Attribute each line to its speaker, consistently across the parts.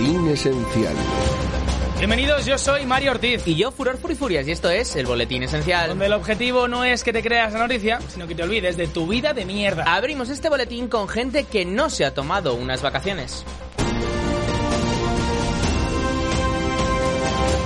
Speaker 1: Esencial.
Speaker 2: Bienvenidos, yo soy Mario Ortiz.
Speaker 3: Y yo, Furor Furifurias, y esto es el Boletín Esencial.
Speaker 2: Donde el objetivo no es que te creas la noticia, sino que te olvides de tu vida de mierda.
Speaker 3: Abrimos este boletín con gente que no se ha tomado unas vacaciones.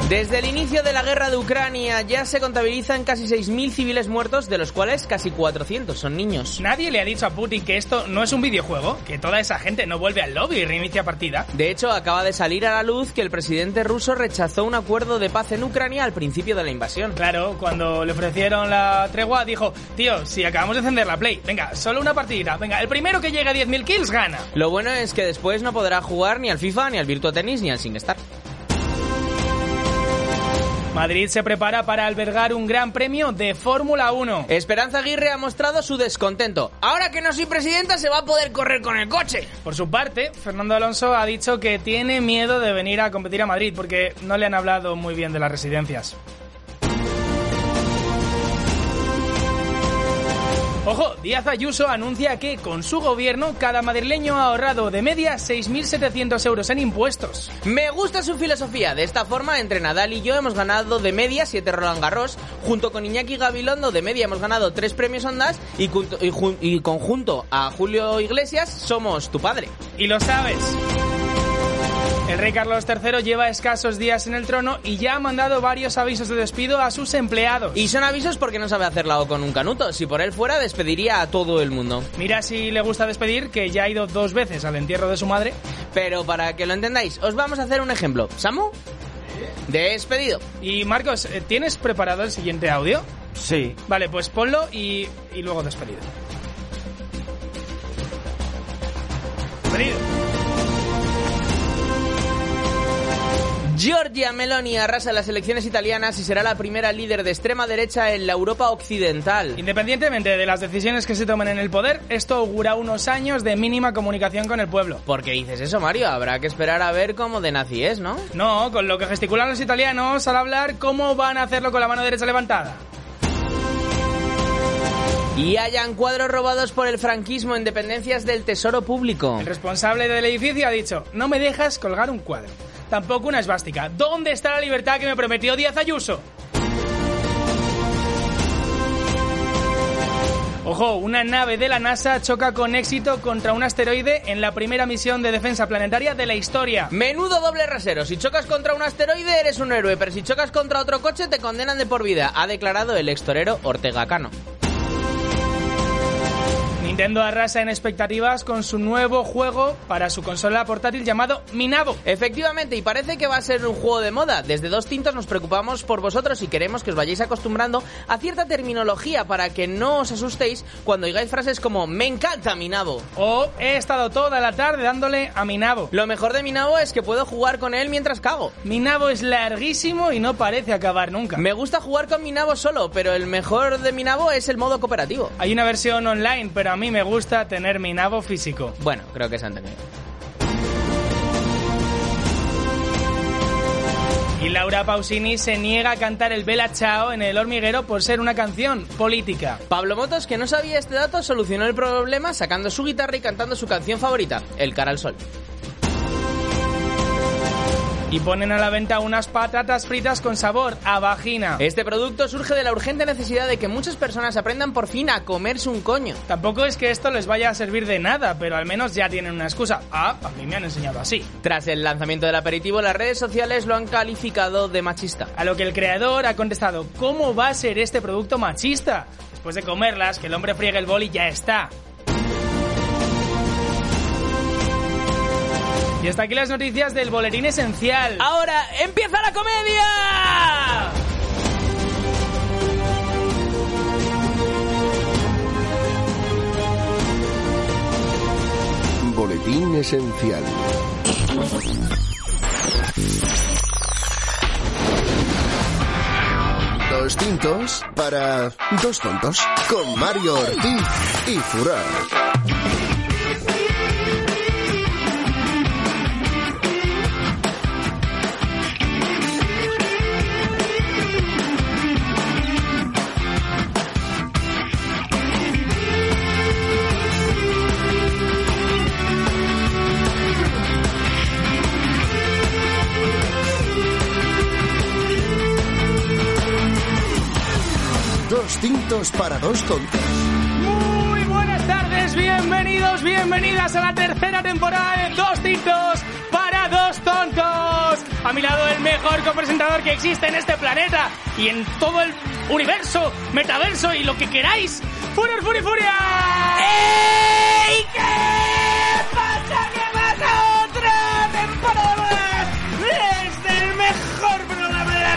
Speaker 3: Desde el inicio de la guerra de Ucrania ya se contabilizan casi 6.000 civiles muertos, de los cuales casi 400 son niños.
Speaker 2: Nadie le ha dicho a Putin que esto no es un videojuego, que toda esa gente no vuelve al lobby y reinicia partida.
Speaker 3: De hecho, acaba de salir a la luz que el presidente ruso rechazó un acuerdo de paz en Ucrania al principio de la invasión.
Speaker 2: Claro, cuando le ofrecieron la tregua dijo, tío, si acabamos de encender la play, venga, solo una partida, venga, el primero que llegue a 10.000 kills gana.
Speaker 3: Lo bueno es que después no podrá jugar ni al FIFA, ni al Virtua Tennis, ni al Singstar.
Speaker 2: Madrid se prepara para albergar un gran premio de Fórmula 1.
Speaker 3: Esperanza Aguirre ha mostrado su descontento. Ahora que no soy presidenta se va a poder correr con el coche.
Speaker 2: Por su parte, Fernando Alonso ha dicho que tiene miedo de venir a competir a Madrid porque no le han hablado muy bien de las residencias. Ojo, Díaz Ayuso anuncia que con su gobierno cada madrileño ha ahorrado de media 6.700 euros en impuestos.
Speaker 3: Me gusta su filosofía. De esta forma, entre Nadal y yo hemos ganado de media 7 Roland Garros. Junto con Iñaki Gabilondo, de media hemos ganado 3 premios Ondas. Y, junto- y jun- y conjunto a Julio Iglesias, somos tu padre.
Speaker 2: Y lo sabes. El rey Carlos III lleva escasos días en el trono y ya ha mandado varios avisos de despido a sus empleados.
Speaker 3: Y son avisos porque no sabe hacerla o con un canuto. Si por él fuera, despediría a todo el mundo.
Speaker 2: Mira si le gusta despedir, que ya ha ido dos veces al entierro de su madre.
Speaker 3: Pero para que lo entendáis, os vamos a hacer un ejemplo. ¿Samu? Despedido.
Speaker 2: Y Marcos, eh, ¿tienes preparado el siguiente audio?
Speaker 4: Sí.
Speaker 2: Vale, pues ponlo y, y luego despedido. Despedido.
Speaker 3: Giorgia Meloni arrasa las elecciones italianas y será la primera líder de extrema derecha en la Europa occidental.
Speaker 2: Independientemente de las decisiones que se tomen en el poder, esto augura unos años de mínima comunicación con el pueblo.
Speaker 3: ¿Por qué dices eso, Mario? Habrá que esperar a ver cómo de nazi es, ¿no?
Speaker 2: No, con lo que gesticulan los italianos al hablar, ¿cómo van a hacerlo con la mano derecha levantada?
Speaker 3: Y hayan cuadros robados por el franquismo en dependencias del Tesoro Público.
Speaker 2: El responsable del edificio ha dicho, no me dejas colgar un cuadro. Tampoco una esvástica. ¿Dónde está la libertad que me prometió Díaz Ayuso? Ojo, una nave de la NASA choca con éxito contra un asteroide en la primera misión de defensa planetaria de la historia.
Speaker 3: Menudo doble rasero. Si chocas contra un asteroide eres un héroe, pero si chocas contra otro coche te condenan de por vida, ha declarado el extorero Ortega Cano.
Speaker 2: Nintendo arrasa en expectativas con su nuevo juego para su consola portátil llamado Minabo.
Speaker 3: Efectivamente, y parece que va a ser un juego de moda. Desde Dos Tintos nos preocupamos por vosotros y queremos que os vayáis acostumbrando a cierta terminología para que no os asustéis cuando oigáis frases como me encanta mi nabo.
Speaker 2: O he estado toda la tarde dándole a Minabo.
Speaker 3: Lo mejor de mi nabo es que puedo jugar con él mientras cago.
Speaker 2: Minabo es larguísimo y no parece acabar nunca.
Speaker 3: Me gusta jugar con mi nabo solo, pero el mejor de mi nabo es el modo cooperativo.
Speaker 2: Hay una versión online, pero a mí me gusta tener mi nabo físico.
Speaker 3: Bueno, creo que se ha entendido.
Speaker 2: Y Laura Pausini se niega a cantar el Bella Chao en El Hormiguero por ser una canción política.
Speaker 3: Pablo Motos, que no sabía este dato, solucionó el problema sacando su guitarra y cantando su canción favorita, El cara al sol.
Speaker 2: Y ponen a la venta unas patatas fritas con sabor a vagina.
Speaker 3: Este producto surge de la urgente necesidad de que muchas personas aprendan por fin a comerse un coño.
Speaker 2: Tampoco es que esto les vaya a servir de nada, pero al menos ya tienen una excusa. Ah, a mí me han enseñado así.
Speaker 3: Tras el lanzamiento del aperitivo, las redes sociales lo han calificado de machista.
Speaker 2: A lo que el creador ha contestado, ¿cómo va a ser este producto machista? Después de comerlas, que el hombre friegue el bol y ya está. Y hasta aquí las noticias del boletín esencial.
Speaker 3: ¡Ahora empieza la comedia!
Speaker 1: Boletín Esencial. Dos tintos para dos tontos. Con Mario Ortiz y Furor. Dos tintos para dos tontos.
Speaker 2: Muy buenas tardes, bienvenidos, bienvenidas a la tercera temporada de Dos Tintos para Dos Tontos. A mi lado el mejor copresentador que existe en este planeta y en todo el universo, metaverso y lo que queráis. ¡Furor, furia, furia!
Speaker 3: ¡Ey! ¿Qué pasa? ¿Qué pasa? Otra temporada más desde el mejor programa de la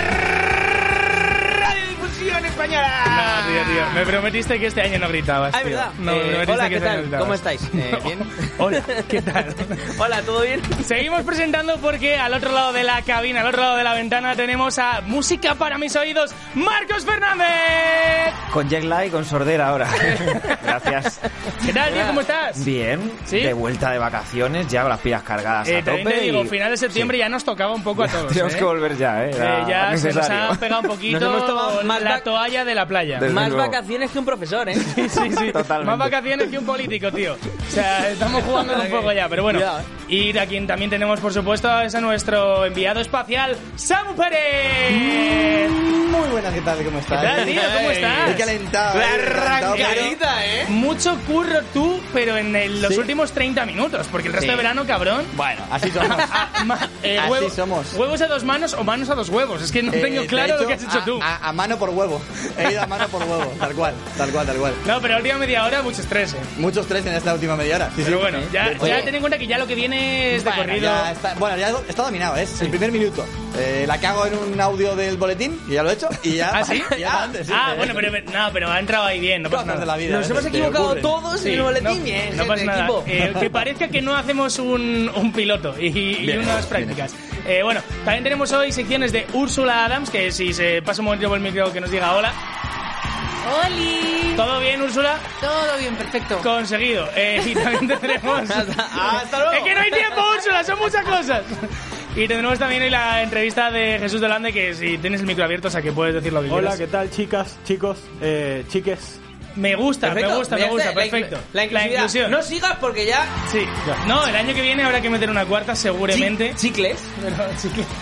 Speaker 3: radiodifusión española.
Speaker 2: No, tío, tío, me prometiste que este año no gritabas.
Speaker 3: Ah, es
Speaker 2: tío.
Speaker 3: verdad.
Speaker 2: No, me
Speaker 3: Eh,
Speaker 2: prometiste
Speaker 3: hola,
Speaker 2: que
Speaker 3: ¿qué
Speaker 2: este año no
Speaker 3: tal?
Speaker 2: gritabas.
Speaker 3: ¿Cómo estáis? Eh, ¿Bien?
Speaker 2: Hola, ¿qué tal?
Speaker 3: Hola, ¿todo bien?
Speaker 2: Seguimos presentando porque al otro lado de la cabina, al otro lado de la ventana, tenemos a Música para mis oídos, Marcos Fernández.
Speaker 4: Con jet lag y con sordera ahora. Gracias.
Speaker 2: ¿Qué tal, tío? ¿Cómo estás?
Speaker 4: Bien,
Speaker 2: ¿Sí?
Speaker 4: de vuelta de vacaciones, ya las pilas cargadas
Speaker 2: Eh,
Speaker 4: a
Speaker 2: también
Speaker 4: tope.
Speaker 2: te digo,
Speaker 4: y-
Speaker 2: final de septiembre ya nos tocaba un poco a todos.
Speaker 4: Tenemos
Speaker 2: ¿eh?
Speaker 4: que volver ya, ¿eh?
Speaker 2: Eh,
Speaker 4: Era
Speaker 2: ya se nos
Speaker 4: necesario.
Speaker 2: ha pegado un poquito
Speaker 3: Nos hemos tomado más
Speaker 2: la
Speaker 3: vac-
Speaker 2: toalla de la playa.
Speaker 4: Desde
Speaker 3: Más
Speaker 4: luego.
Speaker 3: vacaciones que un profesor, ¿eh?
Speaker 2: Sí, sí,
Speaker 4: Totalmente.
Speaker 2: Más vacaciones que un político, tío. O sea, estamos jugando un poco ya, pero bueno.
Speaker 3: Cuidado, eh.
Speaker 2: Y a quien también tenemos, por supuesto, es a nuestro enviado espacial, Samu Pérez.
Speaker 5: Muy buenas, ¿qué tal? ¿Cómo
Speaker 2: ¿Qué
Speaker 5: estás?
Speaker 2: tal, tío? ¿Cómo
Speaker 5: He
Speaker 2: estás?
Speaker 5: calentado.
Speaker 3: La
Speaker 5: he calentado,
Speaker 3: arrancadita, ¿eh?
Speaker 2: Mucho curro tú, pero en el- los
Speaker 5: Sí.
Speaker 2: últimos 30 minutos, porque el resto
Speaker 5: Sí.
Speaker 2: de verano, cabrón.
Speaker 5: pero- Bueno, así somos.
Speaker 2: Ah, ma- eh,
Speaker 5: Así
Speaker 2: huevo-
Speaker 5: somos.
Speaker 2: Huevos a dos manos o manos a dos huevos. Es que no
Speaker 5: Eh,
Speaker 2: tengo
Speaker 5: de
Speaker 2: claro lo
Speaker 5: hecho, ah.
Speaker 2: que has hecho
Speaker 5: a-
Speaker 2: tú.
Speaker 5: A, a mano por huevo. He ido a mano por huevo. Tal cual, tal cual, tal cual.
Speaker 2: No, pero la última media hora, mucho estrés. eh.
Speaker 5: Muchos tres en esta última media hora. Sí,
Speaker 2: Pero
Speaker 5: sí.
Speaker 2: bueno, ya,
Speaker 5: Oye,
Speaker 2: ya ten en cuenta que ya lo que viene es de
Speaker 5: bueno,
Speaker 2: corrido.
Speaker 5: ya está, bueno, ya está dominado, ¿eh? es el primer minuto. Eh, la cago en un audio del boletín, y ya lo he hecho, y ya...
Speaker 2: ¿Ah, sí?
Speaker 5: y ya antes, sí.
Speaker 2: ah, bueno, pero, no, pero ha entrado ahí bien, no pasa
Speaker 5: Cosas
Speaker 2: nada.
Speaker 5: de la vida.
Speaker 3: Nos
Speaker 5: ¿eh?
Speaker 3: hemos
Speaker 5: Te
Speaker 3: equivocado
Speaker 5: ocurren.
Speaker 3: todos
Speaker 2: Sí,
Speaker 3: en el boletín,
Speaker 2: no,
Speaker 3: eh,
Speaker 2: no
Speaker 3: gente,
Speaker 2: pasa nada.
Speaker 3: equipo.
Speaker 2: Eh, que parezca que no hacemos un, un piloto y, y unas prácticas. Eh, bueno, también tenemos hoy secciones de Úrsula Adams, que si se pasa un momento por el micro que nos diga hola.
Speaker 6: ¡Holi!
Speaker 2: ¿Todo bien, Úrsula?
Speaker 6: Todo bien, perfecto.
Speaker 2: Conseguido. Eh, y también tendremos...
Speaker 3: Hasta- hasta luego.
Speaker 2: Es que no hay tiempo, Úrsula, son muchas cosas. Y tendremos también hoy la entrevista de Jesús Delande, que si tienes el micro abierto, o sea que puedes decir lo que
Speaker 7: Hola,
Speaker 2: quieras.
Speaker 7: ¿qué tal, chicas, chicos, eh, chiques?
Speaker 2: Me gusta,
Speaker 3: Perfecto,
Speaker 2: me gusta, me
Speaker 3: ya
Speaker 2: gusta,
Speaker 3: está, la
Speaker 2: perfecto.
Speaker 3: inclu- La, inclusividad.
Speaker 2: inclusión.
Speaker 3: No sigas porque ya...
Speaker 2: Sí.
Speaker 7: Ya.
Speaker 2: No, el año que viene habrá que meter una cuarta seguramente.
Speaker 3: Chi- Chicles.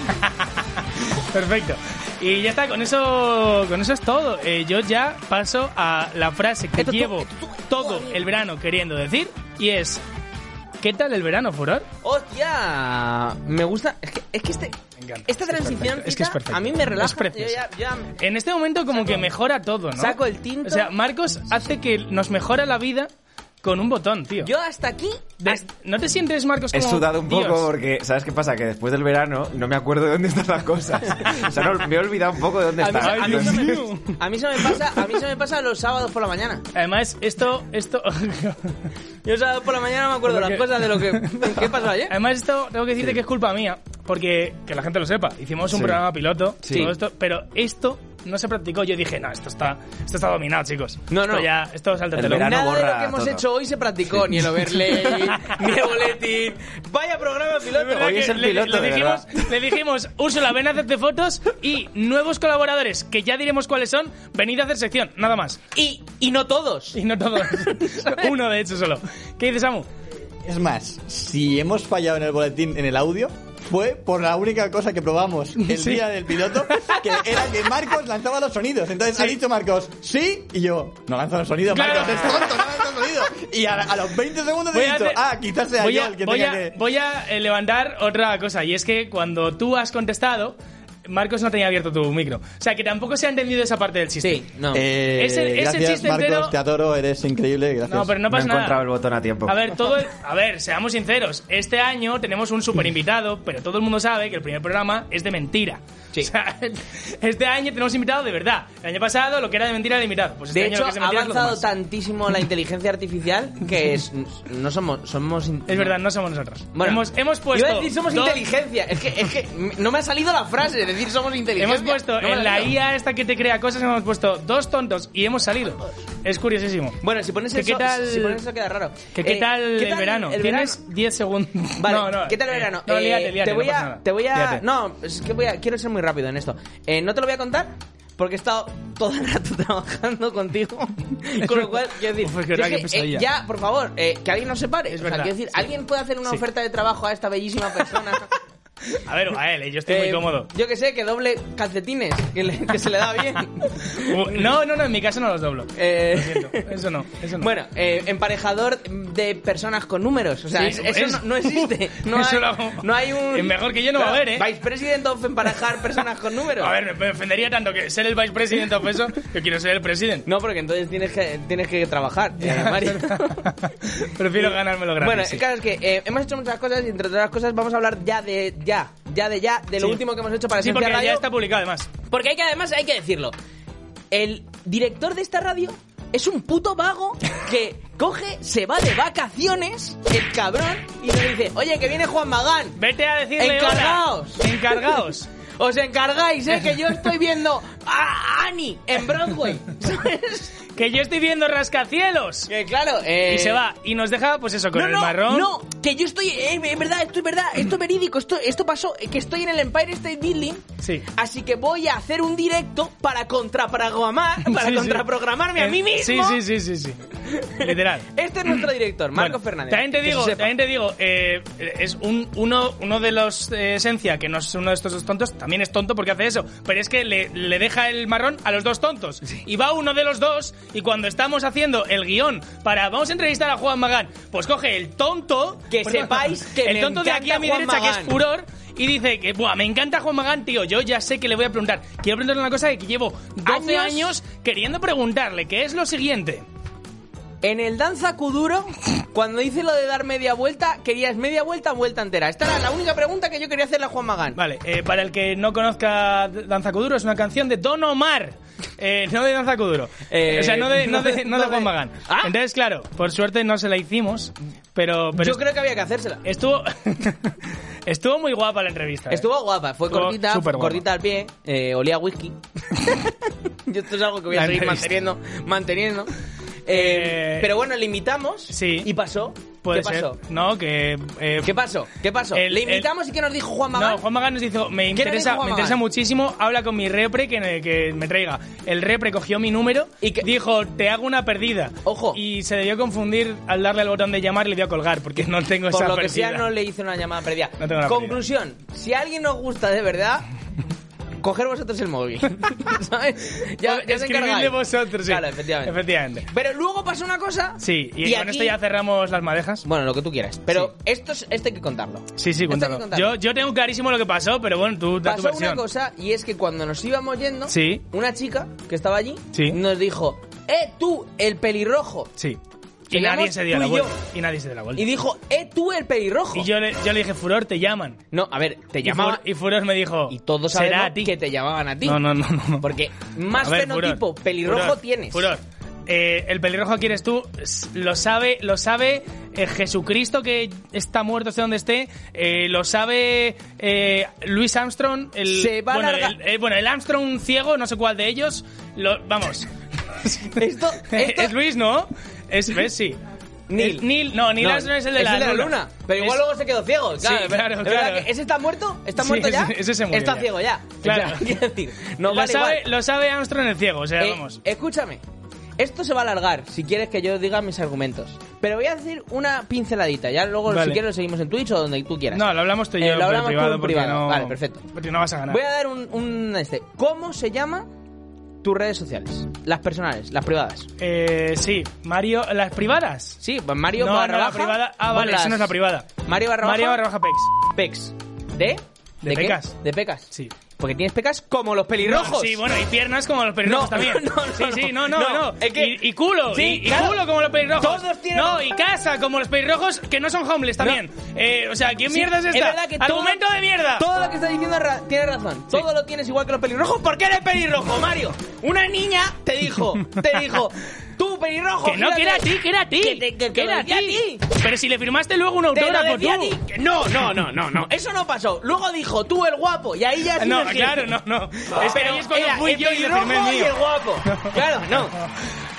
Speaker 2: Perfecto. Y ya está, con eso con eso es todo. Eh, yo ya paso a la frase que
Speaker 3: Esto tú-
Speaker 2: llevo
Speaker 3: esto tú- esto
Speaker 2: todo
Speaker 3: tú,
Speaker 2: el verano queriendo decir y es ¿Qué tal el verano, Furor?
Speaker 3: ¡Hostia! Me gusta... Es que, es que este...
Speaker 2: encanta,
Speaker 3: Esta
Speaker 2: es
Speaker 3: transición
Speaker 2: perfecto, es que es
Speaker 3: cita,
Speaker 2: perfecto,
Speaker 3: a mí me
Speaker 2: es
Speaker 3: relaja. Yo
Speaker 2: preciosa.
Speaker 3: ya- ya-
Speaker 2: En este momento como que mejora todo, ¿no?
Speaker 3: saco el tinto.
Speaker 2: O sea, Marcos hace que nos mejora la vida con un botón, tío.
Speaker 3: yo hasta aquí...
Speaker 2: De-
Speaker 3: hasta-
Speaker 2: ¿No te sientes, Marcos,
Speaker 4: He
Speaker 2: como...
Speaker 4: sudado un poco
Speaker 2: Dios?
Speaker 4: porque, ¿sabes qué pasa? Que después del verano no me acuerdo de dónde están las cosas. O sea, no- me he olvidado un poco de dónde
Speaker 3: A mí,
Speaker 4: están. Ah,
Speaker 3: se- a,
Speaker 2: Ay,
Speaker 3: mí
Speaker 2: Dios
Speaker 3: se me,
Speaker 2: mío.
Speaker 3: a mí se me pasa, a mí se me pasa los sábados por la mañana.
Speaker 2: Además, esto... esto...
Speaker 3: Yo los sábados por la mañana me acuerdo las
Speaker 2: Porque-
Speaker 3: cosas de lo que qué pasó ayer.
Speaker 2: Además, esto tengo que decirte que es culpa mía, porque que la gente lo sepa. Hicimos un
Speaker 4: Sí.
Speaker 2: programa piloto,
Speaker 4: Sí.
Speaker 2: todo esto, pero esto no se practicó. Yo dije, no, esto está, esto está dominado, chicos.
Speaker 3: No, no.
Speaker 2: Esto ya, esto sáltatelo.
Speaker 4: El verano
Speaker 3: Nada de lo
Speaker 4: borra
Speaker 3: que hemos
Speaker 4: todo.
Speaker 3: hecho hoy se practicó, ni el overlay, ni el boletín. Vaya programa
Speaker 2: Es
Speaker 3: piloto.
Speaker 2: verdad
Speaker 4: Hoy
Speaker 2: que
Speaker 4: es el
Speaker 2: le-
Speaker 4: piloto,
Speaker 2: le,
Speaker 4: de
Speaker 2: dijimos,
Speaker 4: verdad.
Speaker 2: le dijimos, Úrsula, ven a hacerte fotos y nuevos colaboradores, que ya diremos cuáles son, venid a hacer sección, nada más.
Speaker 3: Y, y no todos.
Speaker 2: Y no todos. Uno de hecho solo. ¿Qué dices, Samu?
Speaker 5: Es más, si hemos fallado en el boletín, en el audio, fue por la única cosa que probamos el
Speaker 2: Sí.
Speaker 5: día del piloto, que era que Marcos lanzaba los sonidos. Entonces ha dicho Marcos, sí, y yo, no lanza los sonidos,
Speaker 2: Claro.
Speaker 5: Marcos, es tonto, no lanza los sonidos. Y a, a los 20 segundos he
Speaker 2: Voy a
Speaker 5: dicho,
Speaker 2: hacer-
Speaker 5: ah, quizás sea
Speaker 2: voy
Speaker 5: yo
Speaker 2: a-
Speaker 5: el que
Speaker 2: voy
Speaker 5: tenga
Speaker 2: a,
Speaker 5: que...
Speaker 2: Voy a eh, levantar otra cosa, y es que cuando tú has contestado, Marcos no tenía abierto tu micro. O sea, que tampoco se ha entendido esa parte del chiste.
Speaker 3: Sí, no.
Speaker 5: Eh,
Speaker 2: Es el- es el
Speaker 5: gracias,
Speaker 2: chiste
Speaker 5: Marcos,
Speaker 2: entero.
Speaker 5: te adoro, eres increíble, gracias.
Speaker 2: No, pero no
Speaker 4: No he
Speaker 2: pasa nada.
Speaker 4: encontrado el botón a tiempo.
Speaker 2: A ver, todo el- a ver, seamos sinceros. Este año tenemos un super invitado, pero todo el mundo sabe que el primer programa es de mentira.
Speaker 3: Sí.
Speaker 2: O sea, este año tenemos invitado de verdad. El año pasado lo que era de mentira era de invitado. Pues este
Speaker 3: De
Speaker 2: año
Speaker 3: hecho,
Speaker 2: lo que es de
Speaker 3: ha
Speaker 2: mentira es lo
Speaker 3: avanzado
Speaker 2: demás.
Speaker 3: tantísimo la inteligencia artificial que es, no somos... somos in-
Speaker 2: Es verdad, no somos nosotros.
Speaker 3: Bueno,
Speaker 2: hemos, hemos puesto.
Speaker 3: Iba a decir somos
Speaker 2: dos-
Speaker 3: inteligencia. Es que, es que no me ha salido la frase de decir somos inteligencia.
Speaker 2: Hemos puesto
Speaker 3: No me
Speaker 2: en la
Speaker 3: salido.
Speaker 2: IA esta que te crea cosas, hemos puesto dos tontos y hemos salido. Es curiosísimo.
Speaker 3: Bueno, si pones
Speaker 2: ¿Que
Speaker 3: eso,
Speaker 2: qué tal-
Speaker 3: si pones eso queda raro.
Speaker 2: ¿Que ¿Qué,
Speaker 3: Eh,
Speaker 2: tal el verano?
Speaker 3: el
Speaker 2: Tienes
Speaker 3: verano?
Speaker 2: 10 segundos.
Speaker 3: Vale,
Speaker 2: No, no,
Speaker 3: ¿qué tal el
Speaker 2: eh,
Speaker 3: verano?
Speaker 2: no,
Speaker 3: Eh,
Speaker 2: líate, líate,
Speaker 3: te voy
Speaker 2: no pasa
Speaker 3: a,
Speaker 2: nada.
Speaker 3: te voy a,
Speaker 2: Líate.
Speaker 3: no, es que voy a, quiero ser muy rápido en esto. Eh, no te lo voy a contar porque he estado todo el rato trabajando contigo, con lo cual quiero decir,
Speaker 2: Uf, es que verdad,
Speaker 3: yo
Speaker 2: qué
Speaker 3: es que, eh,
Speaker 2: pesadilla.
Speaker 3: ya, por favor, eh, que alguien nos separe.
Speaker 2: Es
Speaker 3: o sea,
Speaker 2: verdad,
Speaker 3: quiero decir,
Speaker 2: sí.
Speaker 3: alguien puede hacer una
Speaker 2: Sí.
Speaker 3: oferta de trabajo a esta bellísima persona.
Speaker 2: A ver, a él, yo estoy muy
Speaker 3: Eh,
Speaker 2: cómodo.
Speaker 3: Yo que sé, que doble calcetines, que, le- que se le da bien.
Speaker 2: Uh, No, no, no, en mi caso no los doblo.
Speaker 3: Eh,
Speaker 2: Lo siento, eso no, eso no.
Speaker 3: Bueno, eh, emparejador de personas con números. O sea,
Speaker 2: Sí,
Speaker 3: es- eso
Speaker 2: es-
Speaker 3: no, no existe. No
Speaker 2: Eso
Speaker 3: hay,
Speaker 2: lo-
Speaker 3: no hay un.
Speaker 2: es mejor que yo no va a
Speaker 3: Claro,
Speaker 2: haber, ¿eh?
Speaker 3: Vice President of emparejar personas con números.
Speaker 2: A ver, me- me ofendería tanto que ser el vice president of eso que quiero ser el presidente.
Speaker 3: No, porque entonces tienes que, tienes que trabajar, eh, Mario.
Speaker 2: Prefiero ganármelo gratis.
Speaker 3: Bueno,
Speaker 2: sí.
Speaker 3: claro, es que eh, hemos hecho muchas cosas y entre otras cosas vamos a hablar ya de ya, ya de ya, de lo
Speaker 2: Sí.
Speaker 3: último que hemos hecho para
Speaker 2: Sí,
Speaker 3: Esencia
Speaker 2: porque
Speaker 3: Radio.
Speaker 2: ya está publicado además.
Speaker 3: Porque hay que además hay que decirlo. El director de esta radio es un puto vago que coge, se va de vacaciones, el cabrón, y nos dice, oye, que viene Juan Magán.
Speaker 2: Vete a decirle hola.
Speaker 3: Encargaos.
Speaker 2: Encargaos.
Speaker 3: Os encargáis, eh, que yo estoy viendo a Annie en Broadway. ¿Sabes?
Speaker 2: Que yo estoy viendo rascacielos.
Speaker 3: Que claro, eh,
Speaker 2: Y se va. Y nos deja, pues eso, con
Speaker 3: no,
Speaker 2: el
Speaker 3: no,
Speaker 2: marrón.
Speaker 3: No, que yo estoy. eh, Es verdad, esto es verdad, esto es verídico, esto, esto pasó, eh, que estoy en el Empire State Building.
Speaker 2: Sí.
Speaker 3: Así que voy a hacer un directo para contraprogramar, para
Speaker 2: Sí, sí.
Speaker 3: contraprogramarme a
Speaker 2: Eh,
Speaker 3: mí mismo.
Speaker 2: Sí, sí, sí, sí, sí. Literal.
Speaker 3: Este es nuestro director, Marco
Speaker 2: Bueno,
Speaker 3: Fernández.
Speaker 2: También te
Speaker 3: que se
Speaker 2: digo,
Speaker 3: sepa.
Speaker 2: también te digo, eh, es un, uno, uno de los eh, esencia, que no es uno de estos dos tontos, también es tonto porque hace eso, pero es que le, le deja el marrón a los dos tontos. Y va uno de los dos, y cuando estamos haciendo el guión para vamos a entrevistar a Juan Magán, pues coge el tonto,
Speaker 3: Que
Speaker 2: perdón,
Speaker 3: sepáis que
Speaker 2: el
Speaker 3: me
Speaker 2: tonto de aquí a
Speaker 3: encanta
Speaker 2: mi
Speaker 3: Juan
Speaker 2: derecha que es
Speaker 3: Magán.
Speaker 2: furor. Y dice que, Buah, me encanta Juan Magán, tío. Yo ya sé que le voy a preguntar. Quiero preguntarle una cosa que llevo 12
Speaker 3: Años.
Speaker 2: años queriendo preguntarle, que es lo siguiente.
Speaker 3: En el Danza Kuduro, cuando hice lo de dar media vuelta, querías media vuelta, vuelta entera. Esta era la única pregunta que yo quería hacerle a Juan Magán.
Speaker 2: Vale, eh, para el que no conozca Danza Kuduro, es una canción de Don Omar. Eh, no de Danza Kuduro.
Speaker 3: Eh,
Speaker 2: o sea, no de, no de, no de
Speaker 3: no
Speaker 2: Juan
Speaker 3: de-
Speaker 2: Magán.
Speaker 3: Ah.
Speaker 2: Entonces, claro, por suerte no se la hicimos, pero... pero
Speaker 3: yo creo que había que hacérsela.
Speaker 2: Estuvo, estuvo muy guapa la entrevista. ¿eh?
Speaker 3: Estuvo guapa, fue
Speaker 2: Estuvo
Speaker 3: cortita,
Speaker 2: superguapa.
Speaker 3: cortita al pie, eh, olía a whisky. Yo esto es algo que voy a
Speaker 2: La
Speaker 3: seguir
Speaker 2: entrevista.
Speaker 3: manteniendo. manteniendo. Eh,
Speaker 2: Eh,
Speaker 3: pero bueno, le invitamos
Speaker 2: sí.
Speaker 3: y pasó.
Speaker 2: Puede
Speaker 3: ¿Qué pasó?
Speaker 2: ser, ¿no? Que... eh,
Speaker 3: ¿Qué pasó? ¿Qué pasó?
Speaker 2: El-
Speaker 3: le invitamos y ¿qué nos dijo Juan Magán?
Speaker 2: No, Juan Magán nos dijo, me
Speaker 3: nos dijo
Speaker 2: interesa,
Speaker 3: Juan
Speaker 2: me interesa
Speaker 3: Magán?
Speaker 2: muchísimo, habla con mi repre que, me- que me traiga. El repre cogió mi número
Speaker 3: ¿Y
Speaker 2: y
Speaker 3: qué?
Speaker 2: dijo, te hago una perdida.
Speaker 3: Ojo.
Speaker 2: Y se debió confundir al darle al botón de llamar y le dio a colgar, porque no tengo
Speaker 3: Por
Speaker 2: esa
Speaker 3: lo que
Speaker 2: perdida.
Speaker 3: sea, no le hice una llamada perdida.
Speaker 2: No tengo una
Speaker 3: Conclusión: si a alguien nos gusta de verdad, coger vosotros el móvil. ¿Sabes? Ya, ya os
Speaker 2: Escribid
Speaker 3: encargáis.
Speaker 2: de vosotros, sí.
Speaker 3: Claro, efectivamente.
Speaker 2: Efectivamente.
Speaker 3: Pero luego pasó una cosa.
Speaker 2: Sí, y, con
Speaker 3: aquí-
Speaker 2: esto ya cerramos las madejas.
Speaker 3: Bueno, lo que tú quieras. Pero esto, es- esto hay que contarlo.
Speaker 2: Sí, sí,
Speaker 3: Esto hay que
Speaker 2: cuéntalo. Yo, yo tengo clarísimo lo que pasó, pero bueno, tú da tu
Speaker 3: Pasó
Speaker 2: versión.
Speaker 3: una cosa y es que cuando nos íbamos yendo,
Speaker 2: Sí.
Speaker 3: una chica que estaba allí
Speaker 2: Sí.
Speaker 3: nos dijo: ¡Eh, tú, el pelirrojo!
Speaker 2: Sí. Y
Speaker 3: Llegamos
Speaker 2: nadie se dio
Speaker 3: tú
Speaker 2: la
Speaker 3: y
Speaker 2: vuelta.
Speaker 3: yo.
Speaker 2: Y nadie se dio la vuelta.
Speaker 3: Y dijo: ¡Eh, tú, el pelirrojo!
Speaker 2: Y yo le, yo le dije, Furor, te llaman.
Speaker 3: No, a ver, te
Speaker 2: Y
Speaker 3: llamaba.
Speaker 2: Fur- Y Furor me dijo,
Speaker 3: Y todos
Speaker 2: será a
Speaker 3: sabemos
Speaker 2: ti.
Speaker 3: que te llamaban a ti.
Speaker 2: No, no, no, no. no.
Speaker 3: Porque más
Speaker 2: A ver,
Speaker 3: fenotipo
Speaker 2: Furor,
Speaker 3: pelirrojo
Speaker 2: Furor,
Speaker 3: tienes.
Speaker 2: Furor. eh, el pelirrojo que eres tú s- lo sabe, lo sabe eh, Jesucristo que está muerto, sé donde esté, eh, lo sabe eh, Luis Armstrong, el,
Speaker 3: Se va a
Speaker 2: bueno, el,
Speaker 3: largar.
Speaker 2: eh, bueno, el Armstrong ciego, no sé cuál de ellos, lo- vamos,
Speaker 3: Esto, esto
Speaker 2: es Luis, ¿no? Es, ¿ves? Sí.
Speaker 3: Neil.
Speaker 2: Es Neil, no, Neil
Speaker 3: No,
Speaker 2: Armstrong es el de la,
Speaker 3: luna. Pero igual
Speaker 2: Es-
Speaker 3: luego se quedó ciego. Claro,
Speaker 2: Sí,
Speaker 3: es verdad-
Speaker 2: claro,
Speaker 3: es verdad
Speaker 2: claro.
Speaker 3: que ese está muerto, está
Speaker 2: Sí,
Speaker 3: muerto ya.
Speaker 2: ese- ese se murió
Speaker 3: Está
Speaker 2: ya.
Speaker 3: ciego ya.
Speaker 2: Claro.
Speaker 3: O sea, quiero decir, no
Speaker 2: lo,
Speaker 3: vale
Speaker 2: sabe,
Speaker 3: igual.
Speaker 2: lo sabe Armstrong el ciego, o sea,
Speaker 3: Eh,
Speaker 2: vamos.
Speaker 3: escúchame. Esto se va a alargar si quieres que yo diga mis argumentos. Pero voy a decir una pinceladita. Ya luego, si
Speaker 2: Vale.
Speaker 3: quieres, lo seguimos en Twitch o donde tú quieras.
Speaker 2: No, lo hablamos tú y
Speaker 3: Eh,
Speaker 2: yo
Speaker 3: lo hablamos
Speaker 2: por privado,
Speaker 3: tú en
Speaker 2: porque
Speaker 3: privado.
Speaker 2: no-
Speaker 3: Vale, perfecto.
Speaker 2: Porque no vas a ganar.
Speaker 3: Voy a dar un, un este. ¿Cómo se llama tus redes sociales? Las personales, las privadas.
Speaker 2: Eh, sí, Mario, las privadas.
Speaker 3: Sí, pues Mario
Speaker 2: no,
Speaker 3: barra
Speaker 2: no, la
Speaker 3: baja,
Speaker 2: privada. Ah,
Speaker 3: pon
Speaker 2: vale,
Speaker 3: las-
Speaker 2: esa no es la privada.
Speaker 3: Mario barra
Speaker 2: Mario
Speaker 3: baja.
Speaker 2: barra baja Pex.
Speaker 3: Pecs. ¿De?
Speaker 2: De
Speaker 3: qué?
Speaker 2: pecas.
Speaker 3: De pecas.
Speaker 2: Sí.
Speaker 3: Porque tienes pecas como los pelirrojos.
Speaker 2: No, sí, bueno, y piernas como los pelirrojos
Speaker 3: No,
Speaker 2: también.
Speaker 3: no, no,
Speaker 2: sí, sí, no, no,
Speaker 3: no,
Speaker 2: no.
Speaker 3: es que-
Speaker 2: y, y culo,
Speaker 3: Sí,
Speaker 2: y, y
Speaker 3: claro.
Speaker 2: culo como los pelirrojos.
Speaker 3: Todos tienen-
Speaker 2: No, y casa como los pelirrojos que no son homeless también. Eh, o sea, ¿qué
Speaker 3: Sí,
Speaker 2: mierda es esta?
Speaker 3: verdad que todo-
Speaker 2: Argumento de mierda.
Speaker 3: Todo lo que estás diciendo ra- tiene razón. Todo lo tienes igual que los pelirrojos. ¿Por qué eres pelirrojo, Mario? Una niña te dijo, te dijo, tú pelirrojo.
Speaker 2: Que no, que era a
Speaker 3: gírate".
Speaker 2: ti, que era a ti.
Speaker 3: Que, te- que- que
Speaker 2: era
Speaker 3: lo decía a ti.
Speaker 2: Pero si le firmaste luego un
Speaker 3: Te lo
Speaker 2: autógrafo
Speaker 3: decía a
Speaker 2: tú.
Speaker 3: ti. Que No, no, no, no, no. Eso no pasó. Luego dijo, tú el guapo. Y ahí ya sí
Speaker 2: No,
Speaker 3: me giré.
Speaker 2: claro, no, no. Es que
Speaker 3: Pero
Speaker 2: ahí es cuando
Speaker 3: era
Speaker 2: fui
Speaker 3: el
Speaker 2: yo y le
Speaker 3: pelirrojo
Speaker 2: firmé el
Speaker 3: y el
Speaker 2: mío.
Speaker 3: guapo. Claro, no.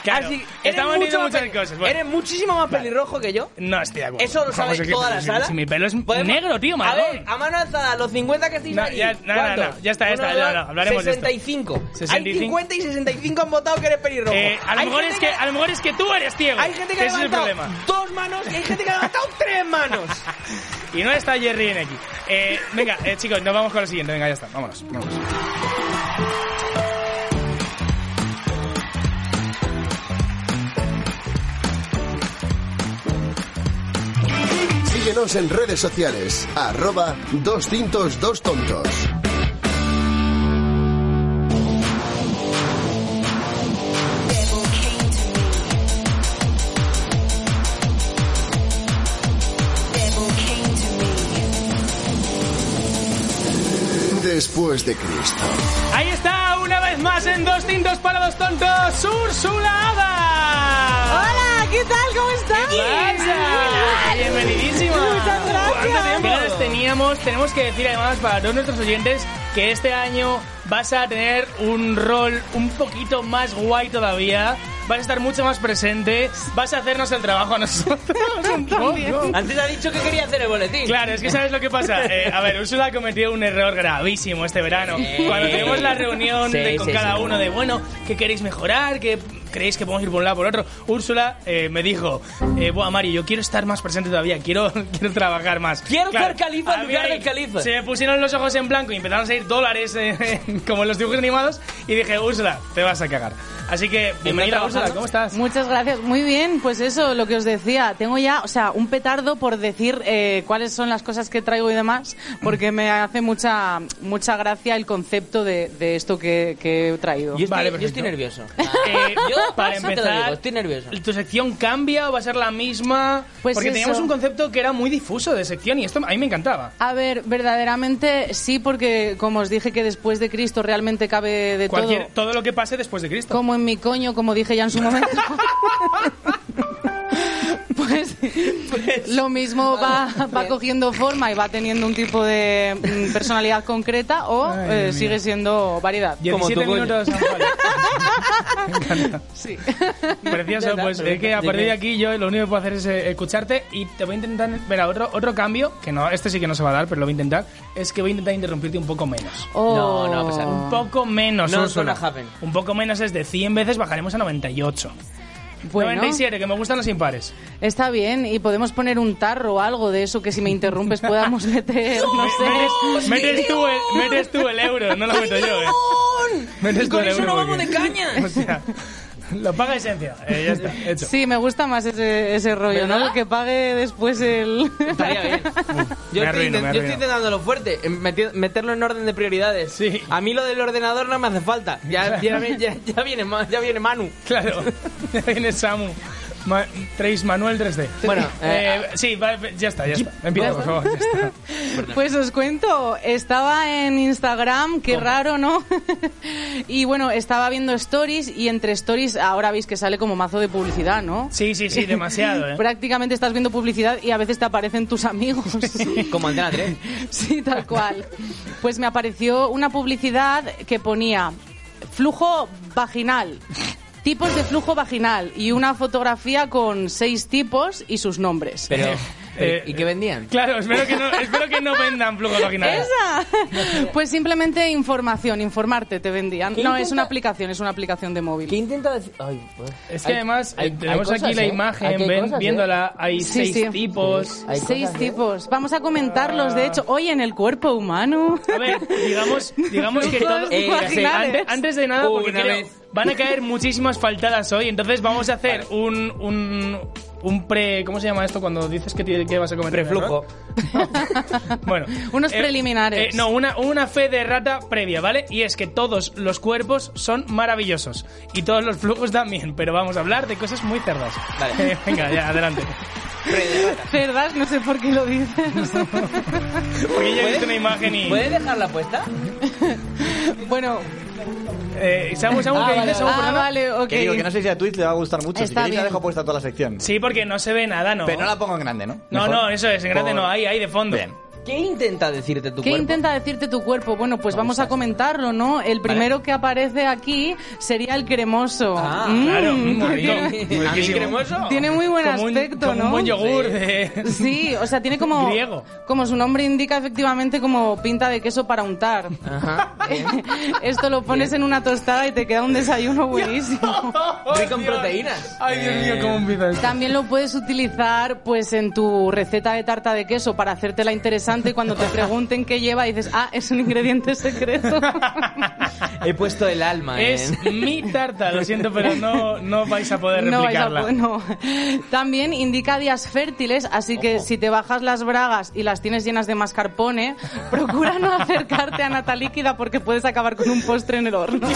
Speaker 2: Claro, estamos
Speaker 3: mucho
Speaker 2: diciendo
Speaker 3: más
Speaker 2: muchas
Speaker 3: peli-
Speaker 2: cosas, bueno.
Speaker 3: Eres muchísimo más pelirrojo que yo.
Speaker 2: No estoy de acuerdo.
Speaker 3: Eso lo
Speaker 2: Vamos,
Speaker 3: sabe
Speaker 2: es que-
Speaker 3: toda la
Speaker 2: si-
Speaker 3: sala.
Speaker 2: Si mi pelo es
Speaker 3: Podemos-
Speaker 2: negro, tío,
Speaker 3: A
Speaker 2: marrón.
Speaker 3: ver, a mano alzada, los 50 que estáis
Speaker 2: No,
Speaker 3: ahí.
Speaker 2: ya- no, no,
Speaker 3: ¿cuántos?
Speaker 2: no, ya está, ya está,
Speaker 3: Uno, dos,
Speaker 2: no, no, hablaremos de esto.
Speaker 3: 65. Hay
Speaker 2: 65.
Speaker 3: 50 y 65 han votado que eres pelirrojo.
Speaker 2: Eh, a lo
Speaker 3: Hay
Speaker 2: mejor
Speaker 3: gente
Speaker 2: es que, a lo lo mejor es que tú eres ciego.
Speaker 3: Hay gente que ha
Speaker 2: Ese es el
Speaker 3: levantado
Speaker 2: problema.
Speaker 3: dos manos y hay gente que ha levantado tres manos.
Speaker 2: Y no está Jerry en aquí. Eh, venga, eh, chicos, nos vamos con lo siguiente. Venga, ya está. Vámonos. vámonos.
Speaker 1: Síguenos en redes sociales, arroba dos tintos dos tontos. Después de Cristo.
Speaker 2: Ahí está, una vez más en Dos Tintos para los Tontos, Úrsula Ada.
Speaker 6: Hola, ¿qué tal? ¿Cómo estás?
Speaker 2: Hola. Bienvenidísima.
Speaker 6: Muchas gracias.
Speaker 2: ¿Cuánto tiempo? Ganas teníamos, tenemos que decir además para todos nuestros oyentes que este año vas a tener un rol un poquito más guay todavía. Vas a estar mucho más presente, vas a hacernos el trabajo a nosotros un poco.
Speaker 3: Antes ha dicho que quería hacer el boletín.
Speaker 2: Claro, es que sabes lo que pasa. Eh, a ver, Úrsula ha cometido un error gravísimo este verano. Cuando tenemos la reunión
Speaker 3: Sí,
Speaker 2: de- con
Speaker 3: sí,
Speaker 2: cada
Speaker 3: sí.
Speaker 2: uno de, bueno, ¿qué queréis mejorar? ¿Qué creéis que podemos ir por un lado por otro? Úrsula eh, me dijo, eh, Buah, Mario, yo quiero estar más presente todavía, quiero, quiero trabajar más.
Speaker 3: Quiero ser califa en
Speaker 2: a mí
Speaker 3: lugar
Speaker 2: ahí
Speaker 3: del califa.
Speaker 2: Se me pusieron los ojos en blanco y empezaron a salir dólares eh, como en los dibujos animados y dije, Úrsula, te vas a cagar. Así que, bienvenida,
Speaker 3: trabajando?
Speaker 2: Úrsula, ¿cómo estás?
Speaker 6: Muchas gracias. Muy bien, pues eso, lo que os decía. Tengo ya, o sea, un petardo por decir eh, cuáles son las cosas que traigo y demás, porque me hace mucha mucha gracia el concepto de, de esto que, que he traído.
Speaker 3: Yo estoy,
Speaker 2: Vale,
Speaker 3: yo
Speaker 2: perfecto.
Speaker 3: estoy nervioso.
Speaker 2: Eh,
Speaker 3: yo
Speaker 2: para
Speaker 3: eso te lo
Speaker 2: empezar,
Speaker 3: digo, estoy nervioso.
Speaker 2: ¿Tu sección cambia o va a ser la misma?
Speaker 6: Pues
Speaker 2: Porque
Speaker 6: eso.
Speaker 2: teníamos un concepto que era muy difuso de sección y esto a mí me encantaba.
Speaker 6: A ver, verdaderamente sí, porque como os dije que después de Cristo realmente cabe de
Speaker 2: Cualquier,
Speaker 6: todo.
Speaker 2: todo. lo que pase después de Cristo.
Speaker 6: Como en mi coño, como dije ya en su momento. pues, lo mismo va, va cogiendo forma y va teniendo un tipo de mm, personalidad concreta o
Speaker 2: Ay,
Speaker 6: eh,
Speaker 2: Dios mío.
Speaker 6: sigue siendo variedad.
Speaker 3: como
Speaker 2: 17
Speaker 3: tu coño.
Speaker 2: minutos. ah, vale.
Speaker 6: Sí.
Speaker 2: Precioso,
Speaker 3: Ya
Speaker 2: pues
Speaker 3: está,
Speaker 2: es que a
Speaker 3: perfecto.
Speaker 2: partir de aquí yo lo único que puedo hacer es eh, escucharte y te voy a intentar ver a otro, otro cambio, que no, este sí que no se va a dar, pero lo voy a intentar, es que voy a intentar interrumpirte un poco menos.
Speaker 3: No,
Speaker 6: Oh.
Speaker 3: no, pues,
Speaker 2: Un poco menos,
Speaker 3: No, it's
Speaker 2: Úrsula.
Speaker 3: gonna happen.
Speaker 2: Un poco menos es de 100 veces bajaremos a 98.
Speaker 6: Bueno,
Speaker 2: 97, que me gustan los impares.
Speaker 6: está bien y podemos poner un tarro o algo de eso que si me interrumpes podamos meter, no
Speaker 2: Metes,
Speaker 6: sé.
Speaker 2: metes tú el, metes tú el euro, no lo meto yo, eh. Metes
Speaker 3: Y con
Speaker 2: tú el
Speaker 3: eso
Speaker 2: euro
Speaker 3: no vamos
Speaker 2: porque-
Speaker 3: de caña.
Speaker 2: O sea, lo paga esencia. Eh, ya está, hecho.
Speaker 6: Sí, me gusta más ese, ese rollo,
Speaker 3: ¿Verdad?
Speaker 6: ¿no? Que pague después el...
Speaker 3: Estaría bien. Yo,
Speaker 2: me arruino, me
Speaker 3: estoy, inten- yo
Speaker 2: arruino.
Speaker 3: estoy intentándolo fuerte, em, meti- meterlo en orden de prioridades.
Speaker 2: Sí.
Speaker 3: A mí lo del ordenador no me hace falta. Ya, ya, ya- ya viene, Ma- ya viene Manu.
Speaker 2: Claro, viene Samu. Ma- Trace Manuel 3D.
Speaker 3: Bueno,
Speaker 2: eh, sí, vale, ya está, ya está. Empieza, por favor, ya está.
Speaker 6: Pues os cuento, estaba en Instagram, qué raro, ¿no? y bueno, estaba viendo stories y entre stories ahora veis que sale como mazo de publicidad, ¿no?
Speaker 2: Sí, sí, sí, demasiado, eh.
Speaker 6: Prácticamente estás viendo publicidad y a veces te aparecen tus amigos.
Speaker 3: Como Antena 3.
Speaker 6: Sí, tal cual. Pues me apareció una publicidad que ponía flujo vaginal, tipos de flujo vaginal y una fotografía con seis tipos y sus nombres.
Speaker 3: Pero,
Speaker 2: Eh,
Speaker 3: ¿y qué vendían?
Speaker 2: Claro, espero que no, espero que no vendan flujos vaginales.
Speaker 6: ¡Esa! Pues simplemente información, informarte te vendían.
Speaker 3: ¿Qué
Speaker 6: No,
Speaker 3: intenta-
Speaker 6: es una aplicación, es una aplicación de
Speaker 3: ¿Qué
Speaker 6: móvil.
Speaker 3: intenta decir? Ay, pues.
Speaker 2: Es que
Speaker 3: Hay-
Speaker 2: además eh,
Speaker 3: hay- hay
Speaker 2: tenemos
Speaker 3: cosas,
Speaker 2: aquí la
Speaker 3: ¿eh?
Speaker 2: imagen,
Speaker 3: Aquí hay
Speaker 2: ven-
Speaker 3: cosas, ¿eh?
Speaker 2: viéndola, hay
Speaker 6: Sí,
Speaker 2: seis
Speaker 6: sí.
Speaker 2: tipos.
Speaker 3: Hay cosas,
Speaker 6: Seis
Speaker 3: ¿eh?
Speaker 6: tipos. Vamos a comentarlos, de hecho, hoy en el cuerpo humano.
Speaker 2: A ver, digamos, digamos que
Speaker 6: Flujos
Speaker 2: todo-
Speaker 3: Eh, ya sé.
Speaker 6: vaginales.
Speaker 2: Antes, antes de nada, porque
Speaker 3: Una
Speaker 2: creo-
Speaker 3: vez.
Speaker 2: van a caer muchísimas faltadas hoy, entonces vamos a hacer un, un, un pre... ¿Cómo se llama esto cuando dices que, tiene- que vas a cometer un error?
Speaker 3: Preflujo.
Speaker 2: Bueno.
Speaker 6: Unos preliminares.
Speaker 2: eh, no, una, una fe de rata previa, ¿vale? Y es que todos los cuerpos son maravillosos. Y todos los flujos también, pero vamos a hablar de cosas muy cerdas.
Speaker 3: Vale.
Speaker 2: Eh, venga, ya, adelante.
Speaker 6: Cerdas, no sé por qué lo dices.
Speaker 2: Porque yo he visto una imagen y...
Speaker 3: ¿Puedes dejarla puesta?
Speaker 6: Bueno,
Speaker 2: Eh, Samu, Samu, ¿qué dices? Samu,
Speaker 6: ah,
Speaker 2: Fernando?
Speaker 6: vale, ok.
Speaker 5: Que digo que no sé si a Twitch le va a gustar mucho. si
Speaker 6: Está
Speaker 5: queréis la
Speaker 6: bien.
Speaker 5: dejo puesta toda la sección.
Speaker 2: Sí, porque no se ve nada, ¿no?
Speaker 5: Pero no la pongo en grande, ¿no?
Speaker 2: No,
Speaker 5: Mejor.
Speaker 2: no, eso es, en grande
Speaker 5: Por-
Speaker 2: no, ahí, ahí de fondo.
Speaker 5: Bien.
Speaker 3: ¿Qué intenta decirte tu
Speaker 6: ¿Qué
Speaker 3: cuerpo?
Speaker 6: intenta decirte tu cuerpo? Bueno, pues vamos a comentarlo, ¿no? El primero que aparece aquí sería el cremoso.
Speaker 3: Ah,
Speaker 6: Mm,
Speaker 2: Claro,
Speaker 6: porque
Speaker 2: bonito. ¿A mí cremoso?
Speaker 6: Tiene muy buen
Speaker 2: Como un-
Speaker 6: aspecto,
Speaker 2: como
Speaker 6: ¿no?
Speaker 2: Un buen yogur de...
Speaker 6: Sí, o sea, tiene como
Speaker 2: Griego.
Speaker 6: como su nombre indica efectivamente como pinta de queso para untar.
Speaker 3: Ajá.
Speaker 6: Esto lo pones en una tostada y te queda un desayuno buenísimo.
Speaker 3: Rico en proteínas.
Speaker 2: Ay, Dios mío, cómo empieza esto.
Speaker 6: También lo puedes utilizar pues en tu receta de tarta de queso para hacértela interesante y cuando te pregunten qué lleva dices, "Ah, es un ingrediente secreto."
Speaker 3: He puesto el alma
Speaker 2: Es
Speaker 3: en...
Speaker 2: mi tarta, lo siento, pero no, no vais a poder
Speaker 6: No vais a
Speaker 2: replicarla.
Speaker 6: po- no. También indica días fértiles, así que si te bajas las bragas y las tienes llenas de mascarpone, procura no acercarte a nata líquida porque puedes acabar con un postre en el horno.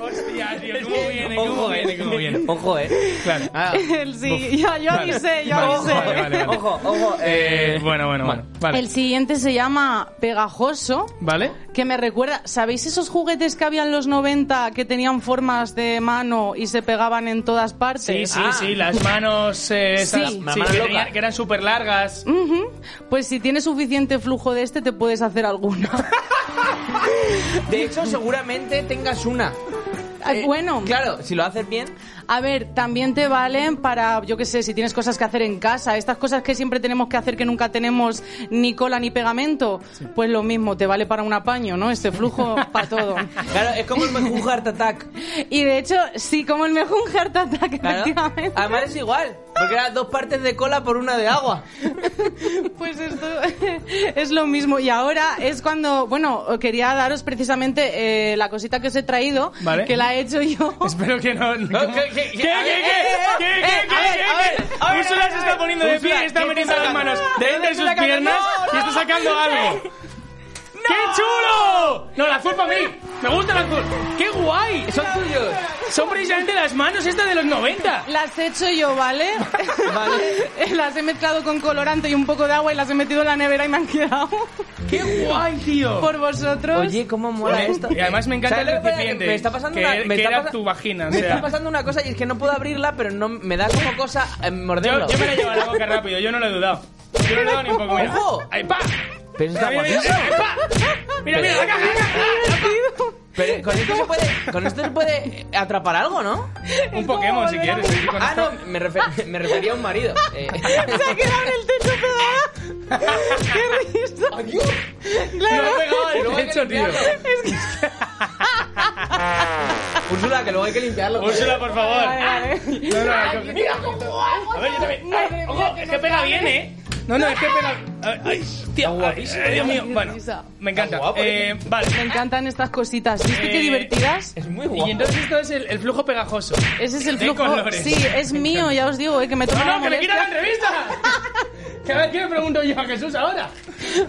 Speaker 2: Hostia, tío, cómo viene, cómo
Speaker 3: Ojo, eh.
Speaker 2: viene, cómo viene.
Speaker 3: Ojo, eh.
Speaker 2: Claro.
Speaker 3: Ah,
Speaker 6: El sí, ya, yo
Speaker 2: Vale.
Speaker 6: avisé, yo
Speaker 2: Vale,
Speaker 6: avisé.
Speaker 2: vale, vale, vale.
Speaker 3: Ojo, ojo. eh.
Speaker 2: Eh, bueno, bueno, bueno. Vale.
Speaker 6: El siguiente se llama pegajoso.
Speaker 2: ¿Vale?
Speaker 6: Que me recuerda, ¿sabéis esos juguetes que había en los 90 que tenían formas de mano y se pegaban en todas partes?
Speaker 2: Sí, sí,
Speaker 3: Ah.
Speaker 2: sí, las manos eh, esas,
Speaker 6: Sí.
Speaker 2: sí,
Speaker 3: La
Speaker 2: que,
Speaker 3: mano loca.
Speaker 2: tenían- que eran súper largas.
Speaker 6: Ujú. Pues si tienes suficiente flujo de este, te puedes hacer alguno.
Speaker 3: De hecho, seguramente tengas una.
Speaker 6: Ay,
Speaker 3: Eh,
Speaker 6: bueno,
Speaker 3: Claro, si lo haces bien.
Speaker 6: a ver, también te valen para, yo qué sé, si tienes cosas que hacer en casa, estas cosas que siempre tenemos que hacer que nunca tenemos ni cola ni pegamento, pues lo mismo, te vale para un apaño, ¿no? Este flujo para todo.
Speaker 3: Claro, es como el Mejú Heart Attack.
Speaker 6: Y de hecho, sí, como el mejor Heart Attack,
Speaker 3: Claro.
Speaker 6: efectivamente.
Speaker 3: Además es igual, porque eran dos partes de cola por una de agua.
Speaker 6: Pues esto es lo mismo. Y ahora es cuando, bueno, quería daros precisamente eh, la cosita que os he traído,
Speaker 2: Vale.
Speaker 6: que la he hecho yo.
Speaker 2: Espero que no. no-
Speaker 3: No, que- que-
Speaker 2: ¿Qué, qué, qué?
Speaker 3: que- a ver,
Speaker 2: ¿Qué,
Speaker 3: eh, eh,
Speaker 2: qué,
Speaker 3: eh,
Speaker 2: qué,
Speaker 3: eh, a ver, a ver,
Speaker 2: qué?
Speaker 3: a ver, a
Speaker 2: Úrsula
Speaker 3: ver,
Speaker 2: se
Speaker 3: a
Speaker 2: está
Speaker 3: ver.
Speaker 2: poniendo de
Speaker 3: Úrsula,
Speaker 2: pie, está
Speaker 3: ¿qué
Speaker 2: metiendo
Speaker 3: estás
Speaker 2: las
Speaker 3: sacando?
Speaker 2: manos
Speaker 3: ¿De
Speaker 2: de
Speaker 3: dónde
Speaker 2: entre
Speaker 3: está
Speaker 2: sus
Speaker 3: sacando?
Speaker 2: piernas
Speaker 3: No,
Speaker 2: y está
Speaker 3: no.
Speaker 2: sacando algo. ¡Qué chulo! No, la azul para mí. Me gusta la azul. ¡Qué guay!
Speaker 3: Son tuyos.
Speaker 2: Son precisamente las manos estas de los 90.
Speaker 6: Las he hecho yo, ¿vale?
Speaker 3: Vale.
Speaker 6: Las he mezclado con colorante y un poco de agua y las he metido en la nevera y me han quedado
Speaker 2: ¡Qué guay, tío!
Speaker 6: por vosotros.
Speaker 3: Oye, cómo mola
Speaker 2: Oye,
Speaker 3: esto.
Speaker 2: Y además me encanta
Speaker 3: ¿Sabes
Speaker 2: el
Speaker 3: lo que pasa?
Speaker 2: recipiente.
Speaker 3: Me está pasando
Speaker 2: que
Speaker 3: una,
Speaker 2: er-
Speaker 3: me
Speaker 2: que
Speaker 3: está
Speaker 2: era
Speaker 3: pasa-
Speaker 2: tu vagina, o
Speaker 3: me
Speaker 2: sea.
Speaker 3: está pasando una cosa y es que no puedo abrirla, pero no me da como cosa eh, morderlo.
Speaker 2: Yo, yo me la llevo a la boca rápido, yo no lo he dudado. Yo no lo he dudado ni un poco, mira.
Speaker 3: ¡Ojo!
Speaker 2: ¡Ay, pa!
Speaker 3: Pero eso está
Speaker 2: mira, mira,
Speaker 3: guapísimo.
Speaker 2: mira, pa. Mira, mira, la caja, la caja, la caja.
Speaker 3: Pero con esto se puede, con esto se puede eh, atrapar algo, ¿no?
Speaker 2: Un Pokémon, si quieres. sí, con
Speaker 3: Ah,
Speaker 2: esto.
Speaker 3: no, me, refer- me refería a un marido. Eh.
Speaker 6: Se ha quedado en el techo pegada. ¡Qué risa!
Speaker 2: Lo
Speaker 6: Claro.
Speaker 2: ha pegado
Speaker 3: Pero
Speaker 2: al
Speaker 3: luego hay que
Speaker 2: techo, tío.
Speaker 3: limpiarlo. Úrsula, que luego hay que limpiarlo.
Speaker 2: Úrsula, por favor.
Speaker 6: Vale, vale.
Speaker 2: No, no, no, mira A ver, yo también. Ay,
Speaker 6: Madre
Speaker 2: ojo,
Speaker 6: mía, que
Speaker 2: es que
Speaker 6: no
Speaker 2: pega
Speaker 6: cabe.
Speaker 2: bien, ¿eh? No, no, es que pega. Ay, Ay, hostia,
Speaker 3: guapísimo.
Speaker 2: ay, Dios mío.
Speaker 6: Qué
Speaker 2: Bueno,
Speaker 6: risa.
Speaker 2: me encanta.
Speaker 3: Está guapo,
Speaker 2: Eh, vale.
Speaker 6: Me encantan estas cositas. ¿Viste
Speaker 2: Eh,
Speaker 6: qué divertidas?
Speaker 3: Es muy guapo.
Speaker 2: Y entonces esto es el, el flujo pegajoso.
Speaker 6: Ese es el
Speaker 2: de
Speaker 6: flujo.
Speaker 2: colores.
Speaker 6: Sí, es mío, ya os digo, eh, que me tomo
Speaker 2: ¡No,
Speaker 6: la
Speaker 2: no, que le quita la entrevista!
Speaker 6: molestia.
Speaker 2: ¿Qué qué me pregunto yo a Jesús ahora?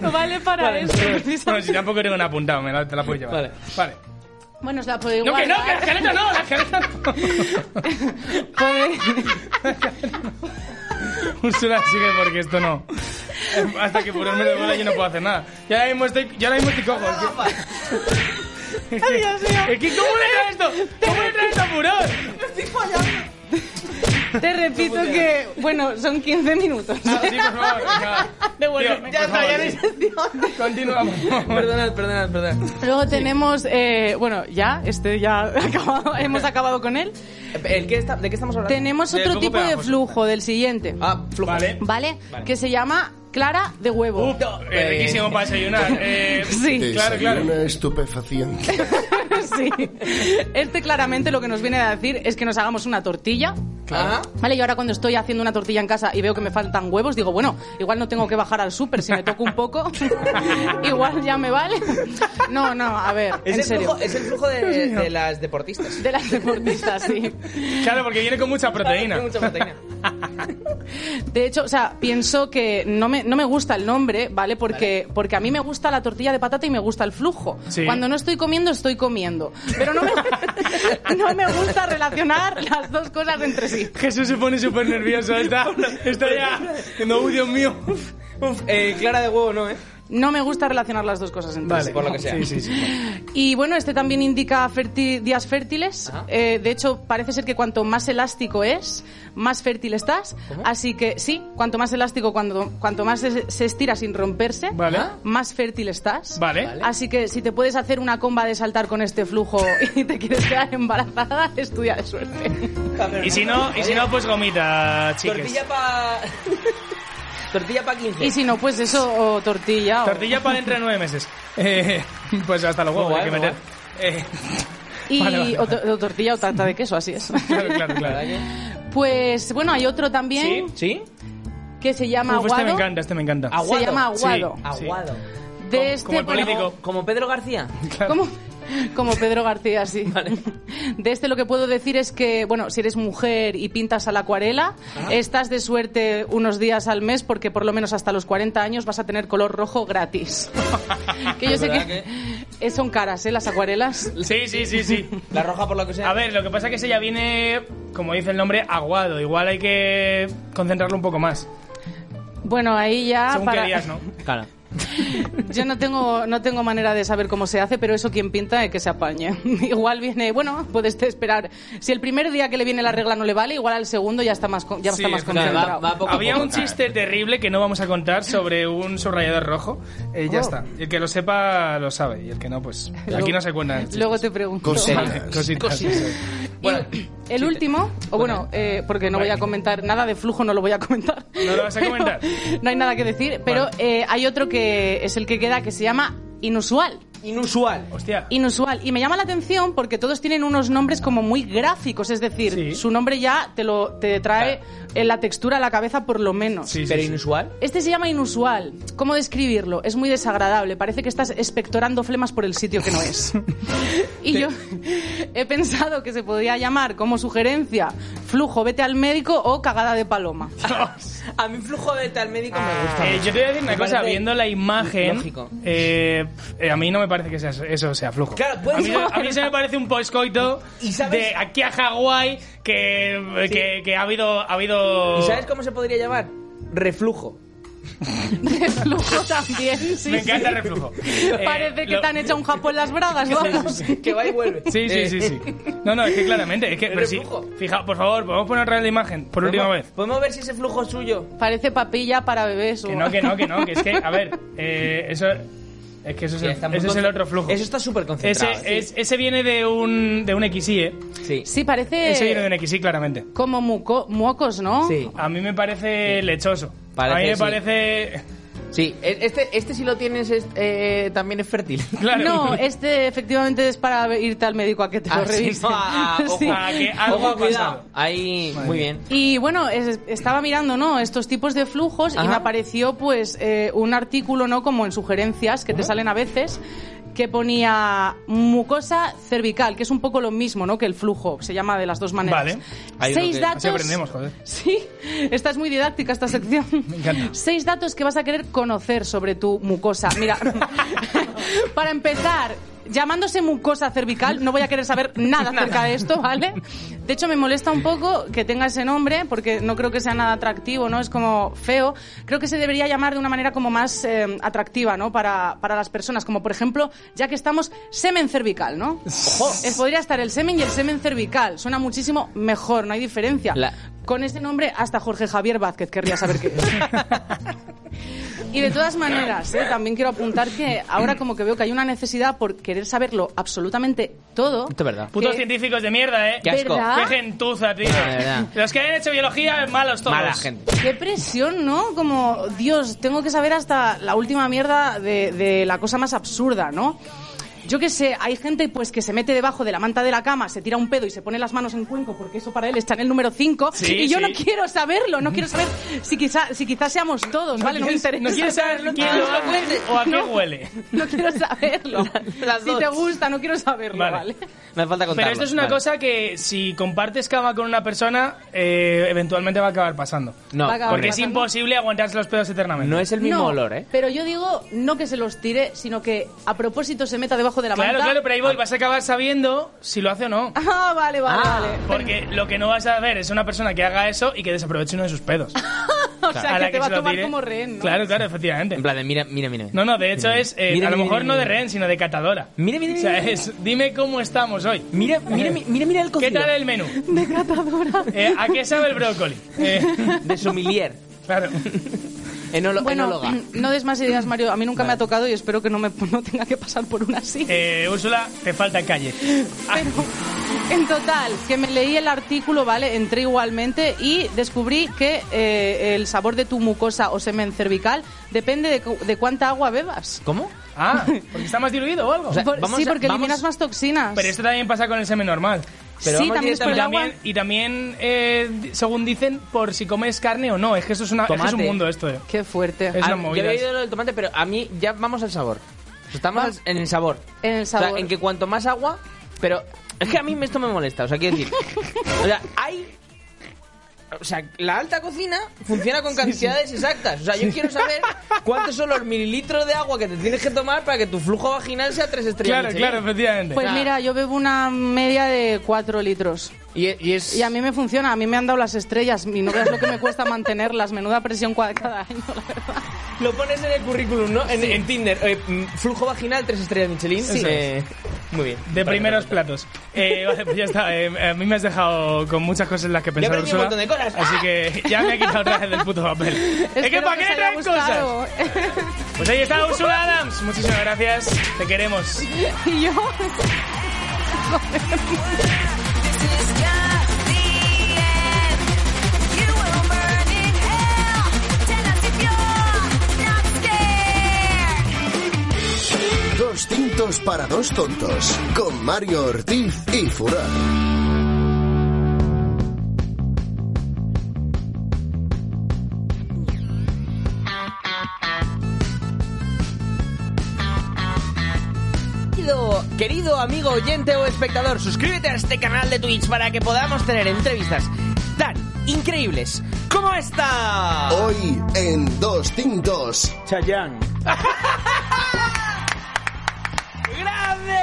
Speaker 6: Vale para eso.
Speaker 2: Bueno, si
Speaker 6: precisamente.
Speaker 2: tampoco tengo una apuntada, me la, te la puedes llevar.
Speaker 3: Vale.
Speaker 2: Vale.
Speaker 6: Bueno, os la podéis
Speaker 2: pues, No, que no, que la
Speaker 6: guardar.
Speaker 2: escaleta no, la escaleta no.
Speaker 6: Podéis-
Speaker 2: Úrsula sigue porque esto no. Hasta que ponerme de bola yo no puedo hacer nada. Ya ahora mismo estoy, ya ahora mismo estoy cojo. Es que,
Speaker 6: Dios mío.
Speaker 2: es que ¿cómo le traes esto? ¿Cómo le traes esto a furor?
Speaker 6: Te repito que, bueno, son 15 minutos.
Speaker 2: Ah, sí, por favor. venga. Tío,
Speaker 3: Ya
Speaker 2: por
Speaker 3: está, ya
Speaker 2: favor,
Speaker 3: no
Speaker 2: tío. Continuamos.
Speaker 3: Perdonad, perdonad, perdonad.
Speaker 6: Luego tenemos, eh, bueno, ya, este ya ha acabado, hemos acabado con él.
Speaker 3: ¿El qué está- ¿De qué estamos hablando?
Speaker 6: Tenemos
Speaker 2: Del
Speaker 6: otro
Speaker 2: flujo
Speaker 6: tipo de
Speaker 2: pegajoso.
Speaker 6: flujo del siguiente,
Speaker 3: Ah, flujo.
Speaker 2: Vale.
Speaker 6: ¿vale? Que se llama clara de huevo.
Speaker 2: Uf, eh, riquísimo para desayunar. Eh,
Speaker 6: Sí,
Speaker 2: Claro, claro.
Speaker 1: Desayuno estupefaciente.
Speaker 6: sí. Este claramente lo que nos viene a decir es que nos hagamos una tortilla. Ah.
Speaker 3: Ajá.
Speaker 6: Vale, yo ahora cuando estoy haciendo una tortilla en casa y veo que me faltan huevos, digo, bueno, igual no tengo que bajar al súper, si me toco un poco, igual ya me vale. No, no, a ver,
Speaker 3: Es
Speaker 6: en
Speaker 3: el,
Speaker 6: serio.
Speaker 3: flujo, es el flujo de, de las deportistas.
Speaker 6: De las deportistas, sí.
Speaker 2: Eh, Claro, porque viene con mucha proteína.
Speaker 3: Tiene mucha proteína.
Speaker 6: De hecho, o sea, pienso que no me, no me gusta el nombre, ¿vale? Porque, porque a mí me gusta la tortilla de patata y me gusta el flujo.
Speaker 2: Sí.
Speaker 6: Cuando no estoy comiendo, estoy comiendo. Pero no me, no me gusta relacionar las dos cosas entre sí.
Speaker 2: Jesús se pone súper nervioso. Está, está ya. No, Dios mío.
Speaker 3: Uf, eh, clara de huevo no, ¿eh?
Speaker 6: No me gusta relacionar las dos cosas entre sí.
Speaker 3: por lo que sea.
Speaker 2: Sí, sí, sí.
Speaker 6: Y bueno, este también indica fértil- días fértiles.
Speaker 3: Ajá.
Speaker 6: Eh, de hecho, parece ser que cuanto más elástico es, más fértil estás. Así que sí, cuanto más elástico, cuando, cuanto más se, se estira sin romperse,
Speaker 2: Vale.
Speaker 6: más fértil estás.
Speaker 2: Vale.
Speaker 6: Así que si te puedes hacer una comba de saltar con este flujo y te quieres quedar embarazada, es tuya de suerte.
Speaker 2: Y si no, y si no pues gomita, chiques.
Speaker 3: Tortilla pa... Tortilla pa 15.
Speaker 6: Y si no, pues eso, o tortilla. o-
Speaker 2: Tortilla para dentro de nueve meses. Eh, pues hasta luego,
Speaker 3: Muy
Speaker 2: hay que
Speaker 3: guay,
Speaker 2: meter.
Speaker 3: muy
Speaker 2: Eh,
Speaker 6: Y
Speaker 2: Vale, vale,
Speaker 6: o to- o tortilla o tarta de queso, así es.
Speaker 2: claro, claro, claro.
Speaker 6: Pues bueno, hay otro también
Speaker 3: ¿Sí?
Speaker 6: que se llama
Speaker 2: Uf, este me
Speaker 6: aguado.
Speaker 2: encanta, este me encanta.
Speaker 3: Aguado.
Speaker 6: Se llama
Speaker 2: Sí.
Speaker 6: aguado.
Speaker 2: Sí.
Speaker 3: Aguado.
Speaker 6: De este,
Speaker 2: como el
Speaker 6: bueno,
Speaker 2: político.
Speaker 3: Como Pedro García.
Speaker 6: como, como Pedro García, sí. De este lo que puedo decir es que, bueno, si eres mujer y pintas a la acuarela, estás de suerte unos días al mes porque por lo menos hasta los 40 años vas a tener color rojo gratis. que yo
Speaker 3: Es
Speaker 6: sé
Speaker 3: verdad
Speaker 6: que, eh, son caras, ¿eh? Las acuarelas.
Speaker 2: Sí, sí, sí, sí.
Speaker 3: La roja por lo que sea.
Speaker 2: A ver, lo que pasa es que ese ya viene, como dice el nombre, aguado. Igual hay que concentrarlo un poco más.
Speaker 6: Bueno, ahí ya...
Speaker 2: según
Speaker 6: Ah, para-
Speaker 2: qué días, ¿no?
Speaker 3: Cara.
Speaker 6: Yo no tengo, no tengo manera de saber cómo se hace, pero eso quien pinta es que se apañe. Igual viene, bueno, puedes te esperar. Si el primer día que le viene la regla no le vale, igual al segundo ya está más, con- ya
Speaker 2: Sí,
Speaker 6: está más
Speaker 2: es verdad,
Speaker 6: concentrado.
Speaker 3: va- va poco a
Speaker 2: Había
Speaker 3: poco,
Speaker 2: un
Speaker 3: claro.
Speaker 2: chiste terrible que no vamos a contar sobre un subrayador rojo. Eh,
Speaker 3: Oh.
Speaker 2: ya está. El que lo sepa, lo sabe. Y el que no, pues aquí no se cuentan. chistes.
Speaker 6: Luego te pregunto.
Speaker 1: Consejo.
Speaker 2: Vale, cositas.
Speaker 3: Bueno,
Speaker 6: Y el último, o bueno, eh, porque no voy a comentar nada de flujo, no lo voy a comentar.
Speaker 2: ¿No lo vas a
Speaker 6: Pero
Speaker 2: comentar?
Speaker 6: No hay nada que decir, pero eh, hay otro que es el que queda que se llama inusual.
Speaker 3: inusual.
Speaker 2: Hostia.
Speaker 6: inusual. Y me llama la atención porque todos tienen unos nombres como muy gráficos, es decir,
Speaker 2: Sí.
Speaker 6: su nombre ya te lo te trae eh, la textura a la cabeza por lo menos.
Speaker 2: Sí, sí,
Speaker 3: Pero
Speaker 2: sí.
Speaker 3: inusual.
Speaker 6: Este se llama inusual. ¿Cómo describirlo? Es muy desagradable. Parece que estás espectorando flemas por el sitio que no es. y yo he pensado que se podría llamar como sugerencia flujo, vete al médico o cagada de paloma.
Speaker 3: A mí flujo de tal médico me gusta.
Speaker 2: Eh, yo te voy a decir una
Speaker 3: Me
Speaker 2: cosa,
Speaker 3: parece
Speaker 2: viendo la imagen,
Speaker 3: lógico.
Speaker 2: eh, eh, a mí no me parece que sea, eso sea flujo.
Speaker 3: Claro, puede
Speaker 2: a, mí,
Speaker 3: ser.
Speaker 2: a mí se me parece un postcoito
Speaker 3: ¿Y sabes?
Speaker 2: de aquí a Hawái que, eh, que, que ha habido... Ha habido...
Speaker 3: ¿Y sabes cómo se podría llamar? Reflujo.
Speaker 6: De flujo también, sí,
Speaker 2: me
Speaker 6: sí.
Speaker 2: encanta el reflujo. Eh,
Speaker 6: Parece que
Speaker 2: lo-
Speaker 6: te han hecho un Japón las bragas, vamos.
Speaker 3: Que va y vuelve.
Speaker 2: Sí, sí,
Speaker 3: Eh,
Speaker 2: sí, sí. No, no, es que claramente, es que... Pero sí,
Speaker 3: reflujo.
Speaker 2: fija, por favor, podemos poner otra vez la imagen, por última
Speaker 3: ¿Podemos-
Speaker 2: vez.
Speaker 3: Podemos ver si ese flujo es suyo.
Speaker 6: Parece papilla para bebés. o-
Speaker 2: Que no, que no, que no, que es que, a ver, eh, eso... Es que eso es,
Speaker 3: Sí,
Speaker 2: el,
Speaker 3: está muy
Speaker 2: ese es el
Speaker 3: conce-
Speaker 2: otro flujo.
Speaker 3: Eso está súper
Speaker 2: ese,
Speaker 3: concentrado.
Speaker 2: es- ese viene de un, de un XY, ¿eh?
Speaker 3: Sí.
Speaker 6: Sí, parece...
Speaker 2: Ese viene de un XY, claramente.
Speaker 6: Como muco- mucos, ¿no?
Speaker 3: Sí.
Speaker 2: A mí me parece lechoso.
Speaker 3: Parece,
Speaker 2: a mí me
Speaker 3: sí.
Speaker 2: parece.
Speaker 3: Sí, e- este, este si lo tienes es- eh, también es fértil.
Speaker 2: Claro.
Speaker 6: No, este efectivamente es para irte al médico a que te lo
Speaker 3: Ah, sí,
Speaker 6: revisen.
Speaker 3: no, a- a- ojo,
Speaker 6: Sí.
Speaker 2: a que algo
Speaker 3: Ojo,
Speaker 2: ha
Speaker 3: cuidado.
Speaker 2: pasado.
Speaker 3: Ahí, muy bien.
Speaker 6: Y bueno, es- estaba mirando, ¿no? Estos tipos de flujos
Speaker 3: Ajá.
Speaker 6: y me apareció, pues, eh, un artículo, ¿no? Como en sugerencias que te salen a veces que ponía mucosa cervical, que es un poco lo mismo, ¿no? Que el flujo, se llama de las dos maneras.
Speaker 2: Vale.
Speaker 3: Hay uno
Speaker 6: Seis
Speaker 3: que-
Speaker 6: datos.
Speaker 2: Así aprendemos, joder.
Speaker 6: Sí, esta es muy didáctica esta sección.
Speaker 2: Me encanta.
Speaker 6: Seis datos que vas a querer conocer sobre tu mucosa. Mira, para empezar, llamándose mucosa cervical, no voy a querer saber nada acerca de esto, ¿vale? De hecho, me molesta un poco que tenga ese nombre, porque no creo que sea nada atractivo, ¿no? Es como feo. Creo que se debería llamar de una manera como más eh, atractiva, ¿no? Para, para las personas, como por ejemplo, ya que estamos semen cervical, ¿no? Es- podría estar el semen y el semen cervical. Suena muchísimo mejor, no hay diferencia.
Speaker 3: La-
Speaker 6: Con este nombre, hasta Jorge Javier Vázquez querría saber qué es. Y de todas maneras, ¿eh? también quiero apuntar que ahora como que veo que hay una necesidad por querer saberlo absolutamente todo.
Speaker 3: Esto es verdad.
Speaker 2: Putos
Speaker 6: ¿Qué?
Speaker 2: científico's de mierda, ¿eh?
Speaker 3: Qué asco.
Speaker 6: ¿Verdad?
Speaker 2: Qué gentuza, tío.
Speaker 3: Ah, de verdad.
Speaker 2: Los que han hecho biología, malos todos.
Speaker 3: Mala gente.
Speaker 6: Qué presión, ¿no? Como, Dios, tengo que saber hasta la última mierda de, de la cosa más absurda, ¿no? Yo qué sé, hay gente pues que se mete debajo de la manta de la cama, se tira un pedo y se pone las manos en cuenco porque eso para él está en el número 5
Speaker 2: Sí,
Speaker 6: y yo
Speaker 2: sí.
Speaker 6: no quiero saberlo, no quiero saber si quizá si quizás seamos todos, ¿vale? No me
Speaker 2: quieres-
Speaker 6: interesa.
Speaker 2: no quieres saber
Speaker 6: saberlo.
Speaker 2: quién lo hace o a qué
Speaker 6: No,
Speaker 2: huele.
Speaker 6: No quiero saberlo.
Speaker 3: las
Speaker 6: si
Speaker 3: dos.
Speaker 6: te gusta, no quiero saberlo,
Speaker 2: Vale.
Speaker 6: ¿vale?
Speaker 3: Me falta contarlo.
Speaker 2: Pero esto es una
Speaker 3: Vale.
Speaker 2: cosa que si compartes cama con una persona, eh, eventualmente va a acabar pasando.
Speaker 3: No,
Speaker 6: Va a acabar
Speaker 2: Porque
Speaker 3: correcto.
Speaker 2: es
Speaker 6: pasando.
Speaker 2: imposible aguantarse los pedos eternamente.
Speaker 3: no es el mismo
Speaker 6: no,
Speaker 3: olor, ¿eh?
Speaker 6: Pero yo digo no que se los tire, sino que a propósito se meta debajo de la
Speaker 2: Claro,
Speaker 6: manta.
Speaker 2: claro, pero ahí voy. Vas a acabar sabiendo si lo hace o no.
Speaker 6: Ah, vale, vale,
Speaker 3: Ah,
Speaker 6: vale.
Speaker 2: Porque lo que no vas a ver es una persona que haga eso y que desaproveche uno de sus pedos.
Speaker 6: o sea,
Speaker 2: a
Speaker 6: que
Speaker 2: la
Speaker 6: te va
Speaker 2: se
Speaker 6: a
Speaker 2: lo
Speaker 6: tomar
Speaker 2: tire.
Speaker 6: como rehén, ¿no?
Speaker 2: Claro, claro, efectivamente.
Speaker 3: En plan de, mira, mira, mira.
Speaker 2: No, no, de hecho es, eh,
Speaker 3: Mira,
Speaker 2: a lo
Speaker 3: mira,
Speaker 2: mejor no
Speaker 3: mira,
Speaker 2: de
Speaker 3: mira.
Speaker 2: rehén, sino de catadora.
Speaker 3: Mira, mira,
Speaker 2: O
Speaker 3: mira.
Speaker 2: sea, es, dime cómo estamos hoy. Eh,
Speaker 3: Mira, mira, mira, mira, mira el
Speaker 2: ¿Qué
Speaker 3: cocido.
Speaker 2: tal el menú?
Speaker 6: De catadora.
Speaker 2: Eh, ¿A qué sabe el brócoli? Eh,
Speaker 3: De sommelier.
Speaker 2: claro.
Speaker 3: Enolo-
Speaker 6: Bueno,
Speaker 2: mm,
Speaker 6: mm,
Speaker 3: enóloga.
Speaker 6: no des más ideas, Mario. A mí nunca me ha tocado y espero que no me no tenga que pasar por una así.
Speaker 2: Eh, Úrsula, te falta calle. Ah,
Speaker 6: Pero en total, que me leí el artículo, ¿vale? Entré igualmente y descubrí que eh, el sabor de tu mucosa o semen cervical depende de, cu- de cuánta agua bebas.
Speaker 3: ¿Cómo?
Speaker 2: ah, porque está más diluido o algo.
Speaker 3: O sea,
Speaker 6: Por-
Speaker 3: vamos
Speaker 6: sí,
Speaker 3: a-
Speaker 6: porque
Speaker 3: vamos-
Speaker 6: eliminas más toxinas.
Speaker 2: Pero esto también pasa con el semen normal.
Speaker 3: pero
Speaker 6: sí,
Speaker 3: vamos
Speaker 6: también es por
Speaker 2: Y
Speaker 6: el agua.
Speaker 2: también, y también eh, di- según dicen, por si comes carne o no. Es que esto es, una, es que es un
Speaker 3: Tomate.
Speaker 2: mundo esto. eh.
Speaker 6: Qué fuerte.
Speaker 2: Es-
Speaker 3: Ah,
Speaker 2: una
Speaker 3: yo
Speaker 2: movida
Speaker 3: había
Speaker 2: es.
Speaker 3: oído lo del tomate, pero a mí ya vamos al sabor. Estamos al- en el sabor.
Speaker 6: En el sabor.
Speaker 3: O sea, en que cuanto más agua, pero es que a mí me- esto me molesta, o sea, quiero decir, o sea, hay o sea, la alta cocina funciona con cantidades exactas. O sea, yo quiero saber cuántos son los mililitros de agua que te tienes que tomar para que tu flujo vaginal sea tres estrellas.
Speaker 2: Claro,
Speaker 3: Michelin.
Speaker 2: claro, efectivamente.
Speaker 6: Pues
Speaker 3: Ah.
Speaker 6: mira, yo bebo una media de 4 litros.
Speaker 3: Y, y es...
Speaker 6: Y a mí me funciona, a mí me han dado las estrellas y no veas lo que me cuesta mantenerlas, menuda presión cua- cada año, la verdad.
Speaker 3: Lo pones en el currículum, ¿no? En, en Tinder. eh, mm, flujo vaginal, tres estrellas Michelin.
Speaker 2: Sí.
Speaker 3: Eh, muy bien.
Speaker 2: De primeros platos. Eh, vale, pues ya está. Eh, a mí me has dejado con muchas cosas en las que pensar.
Speaker 3: aprendí un
Speaker 2: Úrsula,
Speaker 3: montón de cosas.
Speaker 2: Así que ya me he quitado otra vez del puto papel. es que
Speaker 6: Espero
Speaker 2: para qué
Speaker 6: os haya
Speaker 2: traen cosas.
Speaker 6: gustado.
Speaker 2: Pues ahí está Úrsula Adams. Muchísimas gracias. Te queremos.
Speaker 6: y yo...
Speaker 1: Dos tintos para dos tontos. Con Mario Ortiz y Fura.
Speaker 3: Querido, querido amigo oyente o espectador, suscríbete a este canal de Twitch para que podamos tener entrevistas tan increíbles como esta.
Speaker 1: Hoy en Dos Tintos.
Speaker 7: Chayanne.
Speaker 3: ¡Grande!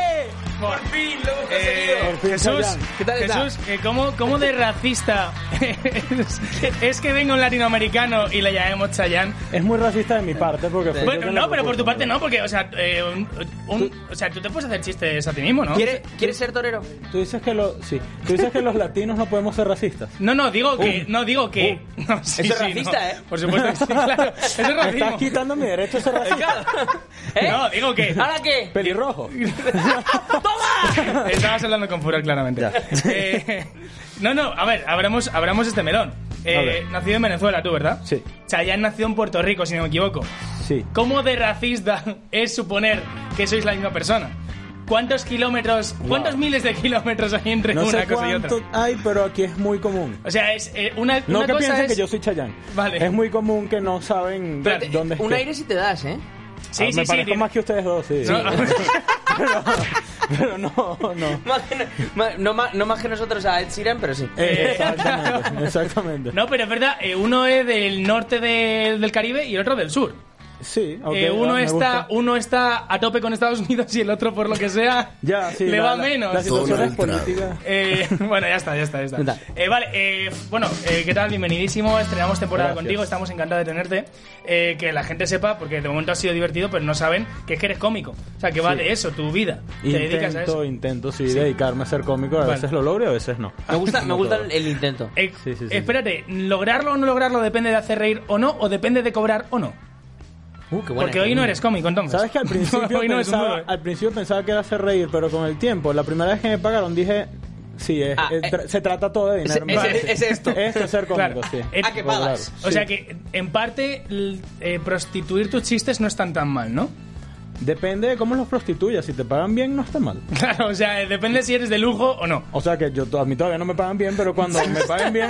Speaker 3: Por fin lo hemos
Speaker 2: Eh,
Speaker 7: fin,
Speaker 2: Jesús,
Speaker 7: Chayanne.
Speaker 3: ¿Qué tal está?
Speaker 2: Jesús, eh, ¿cómo, cómo de racista es, es que venga un latinoamericano y le llamemos Chayanne?
Speaker 3: Eh,
Speaker 7: Es muy racista de mi parte porque fue yo
Speaker 2: Bueno,
Speaker 7: quien la
Speaker 2: no, pero por tu
Speaker 7: propuso.
Speaker 2: parte no, porque, o sea, eh, un- un- o sea, tú te puedes hacer chistes a ti mismo, ¿no?
Speaker 3: ¿Quieres, ¿Quieres ser torero?
Speaker 7: Tú dices que los, sí. Tú dices que los latinos no podemos ser racistas.
Speaker 2: No, no, digo que. No, digo que. no, sí,
Speaker 3: Uh, Eso es
Speaker 2: sí,
Speaker 3: racista,
Speaker 2: no.
Speaker 3: ¿eh?
Speaker 2: Por supuesto que sí, claro. Eso es
Speaker 7: Me estás
Speaker 2: racismo.
Speaker 7: quitando mi derecho a ser racista.
Speaker 3: ¿Eh?
Speaker 2: No, digo que.
Speaker 3: ¿Ahora qué?
Speaker 7: Pelirrojo.
Speaker 3: ¡Toma!
Speaker 2: Estabas hablando con furor, claramente. Eh, no, no, a ver, abramos, abramos este melón. Eh,
Speaker 7: A ver.
Speaker 2: nacido en Venezuela, tú, ¿verdad?
Speaker 7: Sí.
Speaker 2: Chayanne nació en Puerto Rico, si no me equivoco.
Speaker 7: Sí.
Speaker 2: ¿Cómo de racista es suponer que sois la misma persona? ¿Cuántos kilómetros, cuántos miles de kilómetros hay entre
Speaker 7: No
Speaker 2: una
Speaker 7: sé
Speaker 2: cosa y otra?
Speaker 7: cuánto hay, pero aquí es muy común.
Speaker 2: O sea, es eh, una,
Speaker 7: No
Speaker 2: una
Speaker 7: que
Speaker 2: cosa
Speaker 7: piensen
Speaker 2: es...
Speaker 7: que yo soy Chayanne.
Speaker 2: Vale.
Speaker 7: Es muy común que no saben
Speaker 3: Pero te-
Speaker 7: dónde es
Speaker 3: un
Speaker 7: que-
Speaker 3: aire si te das, ¿eh?
Speaker 2: Sí,
Speaker 7: Ah,
Speaker 2: sí,
Speaker 7: me
Speaker 2: sí.
Speaker 7: parezco
Speaker 2: tiene-
Speaker 7: más que ustedes dos, sí.
Speaker 2: No,
Speaker 7: pero, pero no, no.
Speaker 3: Más que no, más- no más- no más que nosotros a Ed Sheeran, pero sí.
Speaker 7: Eh, exactamente, exactamente.
Speaker 2: No, pero es verdad, eh, uno es del norte de- del Caribe y el otro del sur.
Speaker 7: Sí, ok,
Speaker 2: Eh, uno,
Speaker 7: ah, me
Speaker 2: está,
Speaker 7: gusta.
Speaker 2: uno está a tope con Estados Unidos y el otro, por lo que sea,
Speaker 7: Ya, sí,
Speaker 2: le
Speaker 7: la-
Speaker 2: va
Speaker 7: la-
Speaker 2: menos.
Speaker 7: La situación
Speaker 1: Donald
Speaker 7: es
Speaker 1: Trump.
Speaker 7: política.
Speaker 2: Eh, bueno, ya está, ya está, ya
Speaker 3: Ya
Speaker 2: está.
Speaker 3: está.
Speaker 2: Eh, vale, eh, bueno, eh, ¿qué tal? Bienvenidísimo, estrenamos temporada
Speaker 7: Gracias.
Speaker 2: contigo, estamos encantados de tenerte. Eh, que la gente sepa, porque de momento ha sido divertido, pero no saben que es que eres cómico. O sea, que va
Speaker 7: Sí.
Speaker 2: de eso, tu vida. Te dedicas a
Speaker 7: Intento,
Speaker 2: eso.
Speaker 7: intento, sí, dedicarme a ser cómico. A
Speaker 2: Vale.
Speaker 7: veces lo logro, a veces no.
Speaker 3: Me gusta, me
Speaker 7: No
Speaker 3: gusta
Speaker 7: todo.
Speaker 3: el, el intento.
Speaker 2: Eh,
Speaker 7: Sí, sí, sí.
Speaker 2: Espérate, ¿lograrlo o no lograrlo depende de hacer reír o no? ¿O depende de cobrar o no?
Speaker 3: Uh, qué buena.
Speaker 2: Porque hoy no eres cómico, entonces.
Speaker 7: ¿Sabes que al principio,
Speaker 2: hoy no es un
Speaker 7: pensaba,
Speaker 2: duro, eh.
Speaker 7: al principio pensaba que era hacer reír, pero con el tiempo, la primera vez que me pagaron dije, sí, es-
Speaker 3: Ah,
Speaker 7: es-
Speaker 3: eh.
Speaker 7: tra- se trata todo de dinero.
Speaker 3: Ese-
Speaker 7: hermano.
Speaker 3: ese- es esto.
Speaker 7: Esto es ser
Speaker 2: Claro.
Speaker 7: cómico, sí.
Speaker 2: Eh,
Speaker 3: ¿A qué pagas?
Speaker 7: Claro,
Speaker 2: O
Speaker 7: Ah, sí.
Speaker 2: sea que, en parte, l- eh, prostituir tus chistes no están tan mal, ¿no?
Speaker 7: Depende de cómo los prostituyas. Si te pagan bien, no está mal.
Speaker 2: Claro, o sea, eh, depende si eres de lujo o no.
Speaker 7: O sea que yo, to- a mí todavía no me pagan bien, pero cuando me paguen bien,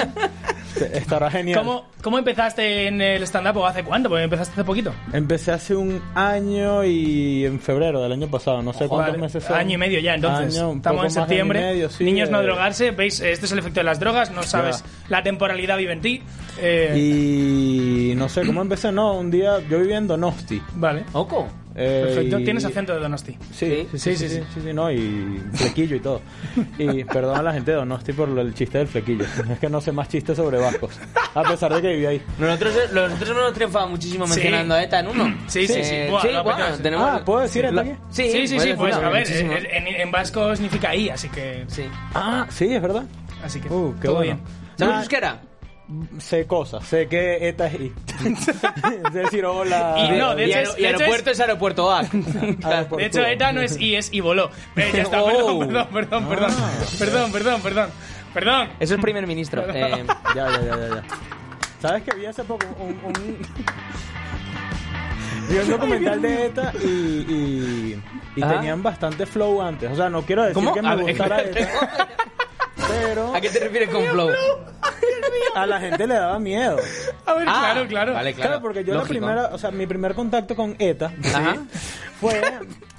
Speaker 7: te- estará genial.
Speaker 2: ¿Cómo, ¿Cómo empezaste en el stand-up o hace cuánto? Porque empezaste hace poquito.
Speaker 7: Empecé hace un año y en febrero del año pasado, no sé cuántos
Speaker 2: Vale,
Speaker 7: meses son.
Speaker 2: Año y medio ya, entonces.
Speaker 7: Año, un
Speaker 2: Estamos
Speaker 7: poco
Speaker 2: en
Speaker 7: más de año y
Speaker 2: septiembre.
Speaker 7: medio, sí,
Speaker 2: Niños, no
Speaker 7: eh,
Speaker 2: drogarse. ¿Veis? Este es el efecto de las drogas. No sabes. La temporalidad vive en ti. Eh,
Speaker 7: Y no sé cómo empecé, no, un día yo viviendo en Donosti.
Speaker 2: Vale.
Speaker 3: Oco.
Speaker 7: Eh,
Speaker 2: Perfecto.
Speaker 7: y-
Speaker 2: Tienes acento de Donosti.
Speaker 7: Sí, sí, sí, sí, sí, sí, no, y flequillo y todo. Y perdón a la gente de Donosti por lo- el chiste del flequillo. Es que no sé más chistes sobre vascos, a pesar de que viví ahí.
Speaker 3: Nosotros, nosotros hemos triunfado muchísimo
Speaker 2: Sí.
Speaker 3: mencionando a ETA en uno.
Speaker 2: Sí, sí, sí.
Speaker 3: Eh,
Speaker 2: Buah,
Speaker 3: sí,
Speaker 2: lo ha
Speaker 3: bueno,
Speaker 2: petado, sí.
Speaker 3: tenemos...
Speaker 7: Ah, ¿puedo decir
Speaker 3: La-
Speaker 7: ataque?
Speaker 3: Sí,
Speaker 2: sí, sí, sí,
Speaker 3: puedes
Speaker 2: pues
Speaker 3: decirlo
Speaker 2: a ver,
Speaker 3: muchísimo.
Speaker 2: eh, en, en vasco significa I, así que.
Speaker 3: Sí.
Speaker 7: Ah, sí, es verdad.
Speaker 2: Así que.
Speaker 7: Uh, qué
Speaker 2: todo
Speaker 7: bueno.
Speaker 2: bien.
Speaker 3: ¿Sabes
Speaker 7: Ah,
Speaker 3: euskera?
Speaker 7: Sé cosas, sé que ETA es I. es decir, hola.
Speaker 2: Y no, de
Speaker 3: y,
Speaker 2: hecho
Speaker 3: aer-
Speaker 2: es-
Speaker 3: y
Speaker 2: de hecho
Speaker 3: aeropuerto es, aeropuerto A.
Speaker 7: Aeropuerto.
Speaker 2: De hecho, ETA no es I, es y voló. Eh, ya está, perdón,
Speaker 3: Oh.
Speaker 2: perdón, perdón, perdón.
Speaker 7: Ah.
Speaker 2: Perdón, perdón, perdón. Perdón.
Speaker 3: Eso es primer ministro. Eh,
Speaker 7: Ya, ya, ya, ya, ya. ¿Sabes que vi hace poco un... un... Vi un documental de ETA y, y, y
Speaker 3: Ajá.
Speaker 7: tenían bastante flow antes. O sea, no quiero decir
Speaker 3: ¿Cómo?
Speaker 7: que
Speaker 3: A
Speaker 7: me
Speaker 3: ver,
Speaker 7: gustara ETA, pero
Speaker 3: ¿A qué te refieres con flow?
Speaker 7: a la gente le daba miedo.
Speaker 2: A ver,
Speaker 3: Ah,
Speaker 2: claro, claro.
Speaker 3: Vale,
Speaker 7: Claro,
Speaker 3: claro.
Speaker 7: porque yo
Speaker 3: Lógico.
Speaker 7: la primera, o sea, mi primer contacto con ETA
Speaker 3: Ajá.
Speaker 7: fue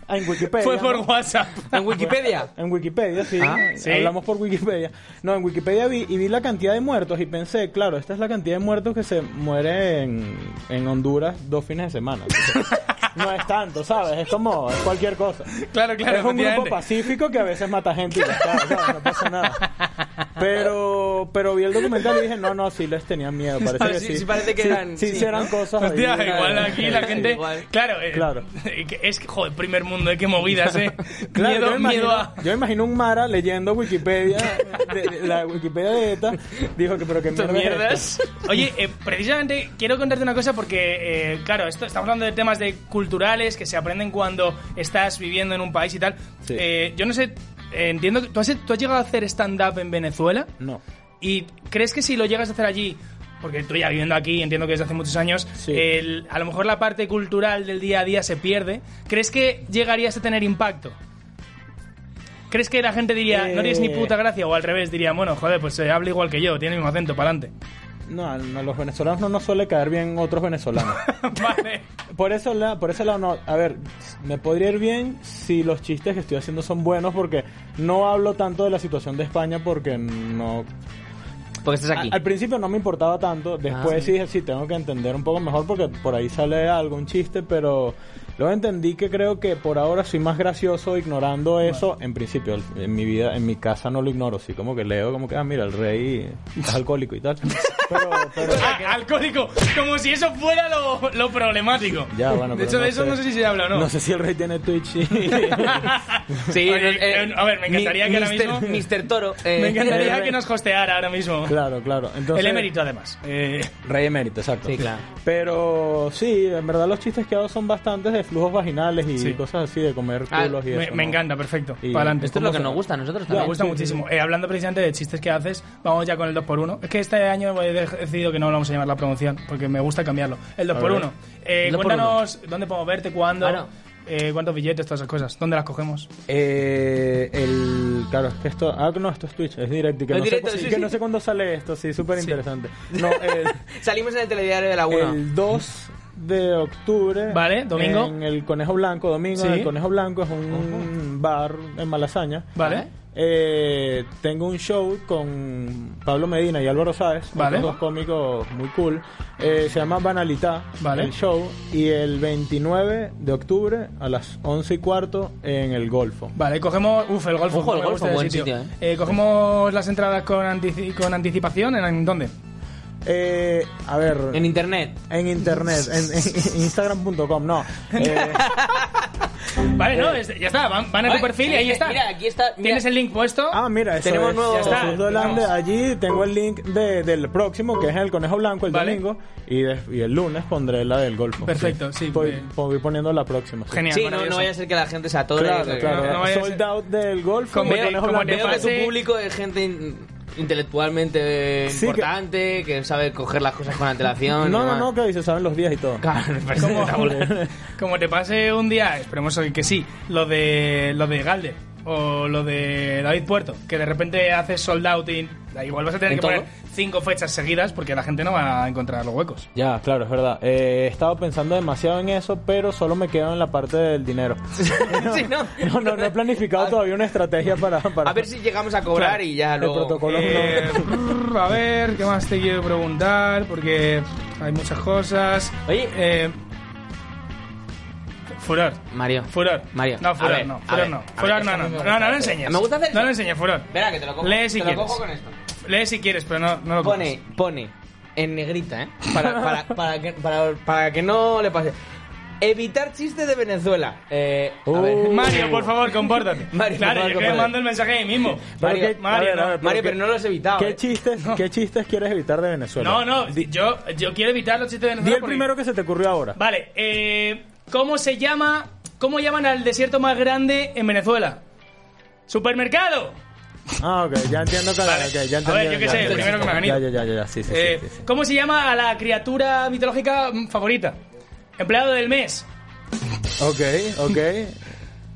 Speaker 7: en Wikipedia.
Speaker 2: Fue por
Speaker 7: ¿no?
Speaker 2: WhatsApp.
Speaker 3: En Wikipedia.
Speaker 7: En Wikipedia, sí.
Speaker 3: Ah,
Speaker 2: sí.
Speaker 7: Hablamos por Wikipedia. No, en Wikipedia vi y vi la cantidad de muertos y pensé, claro, esta es la cantidad de muertos que se muere en, en Honduras dos fines de semana. Entonces, no es tanto, ¿sabes? Es como es cualquier cosa.
Speaker 2: Claro, claro,
Speaker 7: Es un grupo
Speaker 2: efectivamente.
Speaker 7: pacífico que a veces mata gente y ya está, ¿sabes? No pasa nada. Pero, pero vi el documental y dije, no, no, sí les tenían miedo. Parece
Speaker 3: Ah,
Speaker 7: que
Speaker 3: sí,
Speaker 7: sí.
Speaker 3: sí, parece que eran-
Speaker 7: Sí,
Speaker 3: sí,
Speaker 7: sí eran
Speaker 3: ¿no?
Speaker 7: cosas. ahí.
Speaker 2: Hostia, Pues, igual aquí la
Speaker 7: Sí,
Speaker 2: gente.
Speaker 3: igual.
Speaker 2: Claro, eh,
Speaker 7: Claro.
Speaker 2: Es que, joder, primer mundo, eh, qué movidas, eh.
Speaker 7: Claro, yo,
Speaker 2: miedo,
Speaker 7: me imagino,
Speaker 2: miedo a.
Speaker 7: yo me imagino un Mara leyendo Wikipedia, de- de- la Wikipedia de ETA, dijo que pero que
Speaker 3: ¿Estas
Speaker 7: mierda es
Speaker 3: mierdas?
Speaker 2: Oye, eh, precisamente quiero contarte una cosa porque, eh, claro, esto, estamos hablando de temas de culturales que se aprenden cuando estás viviendo en un país y tal.
Speaker 7: Sí.
Speaker 2: Eh, yo no sé, eh, entiendo que tú has, tú has llegado a hacer stand-up en Venezuela
Speaker 7: esta? No.
Speaker 2: y crees que si lo llegas a hacer allí, porque tú ya viviendo aquí, entiendo que desde hace muchos años,
Speaker 7: Sí.
Speaker 2: el- a lo mejor la parte cultural del día a día se pierde, ¿crees que llegarías a tener impacto? ¿Crees que la gente diría, no tienes ni
Speaker 7: Eh.
Speaker 2: puta gracia? O al revés, diría, bueno, joder, pues se habla igual que yo, tiene el mismo acento, para adelante.
Speaker 7: No, a a los venezolanos no nos suele caer bien otros venezolanos.
Speaker 2: vale.
Speaker 7: Por eso la, por ese lado no, a ver, me podría ir bien si los chistes que estoy haciendo son buenos porque no hablo tanto de la situación de España porque no
Speaker 3: Porque estás aquí. Ah,
Speaker 7: A- Al principio no me importaba tanto, después sí dije, sí, tengo que entender un poco mejor porque por ahí sale algo, un chiste, pero luego entendí que creo que por ahora soy más gracioso ignorando eso. En principio, el- en mi vida, en mi casa no lo ignoro, sí, como que leo, como que, ah, mira, el rey es alcohólico y tal. Pero, pero-
Speaker 2: Ah, alcohólico, como si eso fuera lo, lo problemático.
Speaker 7: Ya, bueno,
Speaker 2: de
Speaker 7: pero
Speaker 2: hecho,
Speaker 7: no
Speaker 2: de eso
Speaker 7: sé.
Speaker 2: no sé si se habla o no.
Speaker 7: no sé si el rey tiene Twitch. y-
Speaker 3: Sí,
Speaker 2: Oye,
Speaker 3: no,
Speaker 2: eh, a ver, me encantaría que ahora
Speaker 3: Mister-
Speaker 2: mismo-
Speaker 3: Mister Toro. eh,
Speaker 2: Me encantaría
Speaker 7: Eh,
Speaker 2: que nos hosteara ahora mismo.
Speaker 7: claro, claro. Entonces,
Speaker 2: El emérito, además. Eh,
Speaker 7: Rey emérito, exacto.
Speaker 3: Sí, claro.
Speaker 7: Pero sí, en verdad los chistes que hago son bastantes de flujos vaginales y
Speaker 2: Sí.
Speaker 7: cosas así, de comer
Speaker 3: Ah,
Speaker 7: culos y
Speaker 2: me,
Speaker 7: eso.
Speaker 2: me
Speaker 7: ¿no?
Speaker 2: encanta, perfecto.
Speaker 7: Y-
Speaker 2: Para adelante.
Speaker 3: Esto es lo que nos gusta a nosotros
Speaker 2: Me
Speaker 3: también.
Speaker 2: gusta muchísimo. Eh, hablando precisamente de chistes que haces, vamos ya con el 2x1. Es que este año he de- decidido que no lo vamos a llamar la promoción, porque me gusta cambiarlo. El 2x1. Eh,
Speaker 3: El 2x1.
Speaker 2: cuéntanos dónde podemos verte, cuándo,
Speaker 3: Claro.
Speaker 2: eh, cuántos billetes, todas esas cosas. ¿Dónde las cogemos?
Speaker 7: Eh, el, claro, es que esto. Ah, no, esto es Twitch, es directo. y Que,
Speaker 3: Es
Speaker 7: no,
Speaker 3: directo,
Speaker 7: sé,
Speaker 3: sí,
Speaker 7: que
Speaker 3: sí.
Speaker 7: no sé cuándo sale esto, sí, súper interesante. No, el,
Speaker 3: Salimos en el telediario de la 1.
Speaker 7: el 2 de octubre.
Speaker 2: Vale, domingo.
Speaker 7: En el Conejo Blanco, domingo.
Speaker 2: Sí.
Speaker 7: en El Conejo Blanco es un bar en Malasaña.
Speaker 2: Vale.
Speaker 7: Eh, tengo un show con Pablo Medina y Álvaro Sáez,
Speaker 2: Vale.
Speaker 7: otros dos cómicos muy cool. Eh, se llama Banalidad
Speaker 2: Vale.
Speaker 7: el show. Y el 29 de octubre a las 11 y cuarto en el Golfo.
Speaker 2: Vale, cogemos. Uf, el golfo.
Speaker 3: Ojo, el
Speaker 2: me
Speaker 3: Golfo,
Speaker 2: gusta ese
Speaker 3: buen sitio,
Speaker 2: Eh, cogemos las entradas con, antici- con anticipación. ¿En, en dónde?
Speaker 7: Eh, a ver,
Speaker 3: En
Speaker 7: en,
Speaker 3: internet.
Speaker 7: internet, en, en- en instagram.com, no. Eh,
Speaker 2: Vale, no,
Speaker 3: Eh,
Speaker 2: es- ya está. Van, van a tu
Speaker 3: Vale,
Speaker 2: perfil y ahí
Speaker 3: mira,
Speaker 2: está.
Speaker 3: mira, aquí está, mira.
Speaker 2: Tienes el link puesto.
Speaker 7: ah, mira, eso
Speaker 3: Tenemos
Speaker 7: es,
Speaker 3: nuevo-
Speaker 2: Ya está,
Speaker 7: Jesús Dolande,
Speaker 2: vamos.
Speaker 7: allí tengo el link de- del próximo, que es el Conejo Blanco, el
Speaker 2: Vale.
Speaker 7: domingo, y, de- y el lunes pondré la del Golfo.
Speaker 2: Perfecto, sí,
Speaker 7: Voy,
Speaker 2: bien.
Speaker 7: voy poniendo la próxima. sí.
Speaker 2: Genial.
Speaker 3: Sí, no,
Speaker 2: maravilloso.
Speaker 3: no vaya a ser que la gente se atore.
Speaker 7: Claro, claro.
Speaker 2: No, no vaya a
Speaker 7: Sold
Speaker 2: ser-
Speaker 7: out del Golfo,
Speaker 2: Como
Speaker 7: del
Speaker 2: te-
Speaker 7: Conejo
Speaker 2: como
Speaker 7: Blanco.
Speaker 2: te
Speaker 3: Veo que tu
Speaker 2: pase-
Speaker 3: público es gente in- intelectualmente
Speaker 7: Sí, que-
Speaker 3: importante, que... sabe coger las cosas con antelación.
Speaker 7: No,
Speaker 3: y
Speaker 7: no,
Speaker 3: demás.
Speaker 7: no, que se saben los días y todo.
Speaker 3: Claro, me parece
Speaker 2: Como,
Speaker 3: espectacular.
Speaker 2: como te pase un día, esperemos que sí, lo de lo de Galde o lo de David Puerto, que de repente haces sold out y da igual vas a tener
Speaker 3: ¿En
Speaker 2: que
Speaker 3: todo?
Speaker 2: poner cinco fechas seguidas porque la gente no va a encontrar los huecos.
Speaker 7: Ya, claro, es verdad. Eh, he estado pensando demasiado en eso, pero solo me quedo en la parte del dinero.
Speaker 3: Sí, no.
Speaker 7: No, no, no he planificado todavía una estrategia para... para-
Speaker 3: A ver si llegamos a cobrar
Speaker 2: Claro.
Speaker 3: y ya
Speaker 7: El
Speaker 3: luego...
Speaker 7: protocolo. Con los
Speaker 2: Eh, brr, a ver, ¿qué más te quiero preguntar? Porque hay muchas cosas.
Speaker 3: Oye.
Speaker 2: Eh, Furor.
Speaker 3: Mario.
Speaker 2: Furor.
Speaker 3: Mario.
Speaker 2: No,
Speaker 3: A
Speaker 2: furor,
Speaker 3: ver,
Speaker 2: no.
Speaker 3: a
Speaker 2: Furor
Speaker 3: ver,
Speaker 2: no.
Speaker 3: a
Speaker 2: Furor
Speaker 3: ver,
Speaker 2: no,
Speaker 3: esto
Speaker 2: no. No,
Speaker 3: me gusta
Speaker 2: no lo
Speaker 3: hacer.
Speaker 2: enseñes.
Speaker 3: Me gusta hacer
Speaker 2: No lo
Speaker 3: esto.
Speaker 2: enseñes, furor.
Speaker 3: Espera, que te lo cojo.
Speaker 2: Lee si
Speaker 3: te
Speaker 2: quieres.
Speaker 3: lo cojo con esto.
Speaker 2: Lee si quieres, pero no, no lo
Speaker 3: Pone, pone, en negrita, ¿eh? Para, para, para, que, para, para que no le pase. Evitar chistes de Venezuela. Eh, a ver.
Speaker 2: cojas. Mario, por favor, compórtate. claro,
Speaker 3: Mario, por favor,
Speaker 2: yo creo que
Speaker 3: compórtate.
Speaker 2: mando el mensaje ahí mismo.
Speaker 3: Mario,
Speaker 7: Pero qué-
Speaker 2: Mario,
Speaker 7: a ver, a
Speaker 2: no.
Speaker 7: ver,
Speaker 3: Mario,
Speaker 7: qué-
Speaker 3: pero no lo has evitado.
Speaker 7: ¿Qué
Speaker 3: eh.
Speaker 7: chistes, ¿Qué chistes quieres evitar de Venezuela?
Speaker 2: No, no, yo, yo quiero evitar los chistes de
Speaker 7: Di
Speaker 2: Venezuela.
Speaker 7: el
Speaker 2: porque-
Speaker 7: primero que se te ocurrió ahora.
Speaker 2: Vale, eh, ¿cómo se llama? ¿Cómo llaman al desierto más grande en Venezuela? ¡Supermercado!
Speaker 7: Ah, ok, ya entiendo que
Speaker 2: Vale.
Speaker 7: ok, ya
Speaker 2: A
Speaker 7: entendí,
Speaker 2: ver, yo qué
Speaker 7: ya,
Speaker 2: sé,
Speaker 7: ya,
Speaker 2: el
Speaker 7: ya,
Speaker 2: primero que me ha venido.
Speaker 7: Ya, ya, ya, ya, sí, sí, sí,
Speaker 2: Eh,
Speaker 7: sí, sí.
Speaker 2: ¿Cómo se llama a la criatura mitológica mm, favorita? Empleado del mes.
Speaker 7: Ok, ok.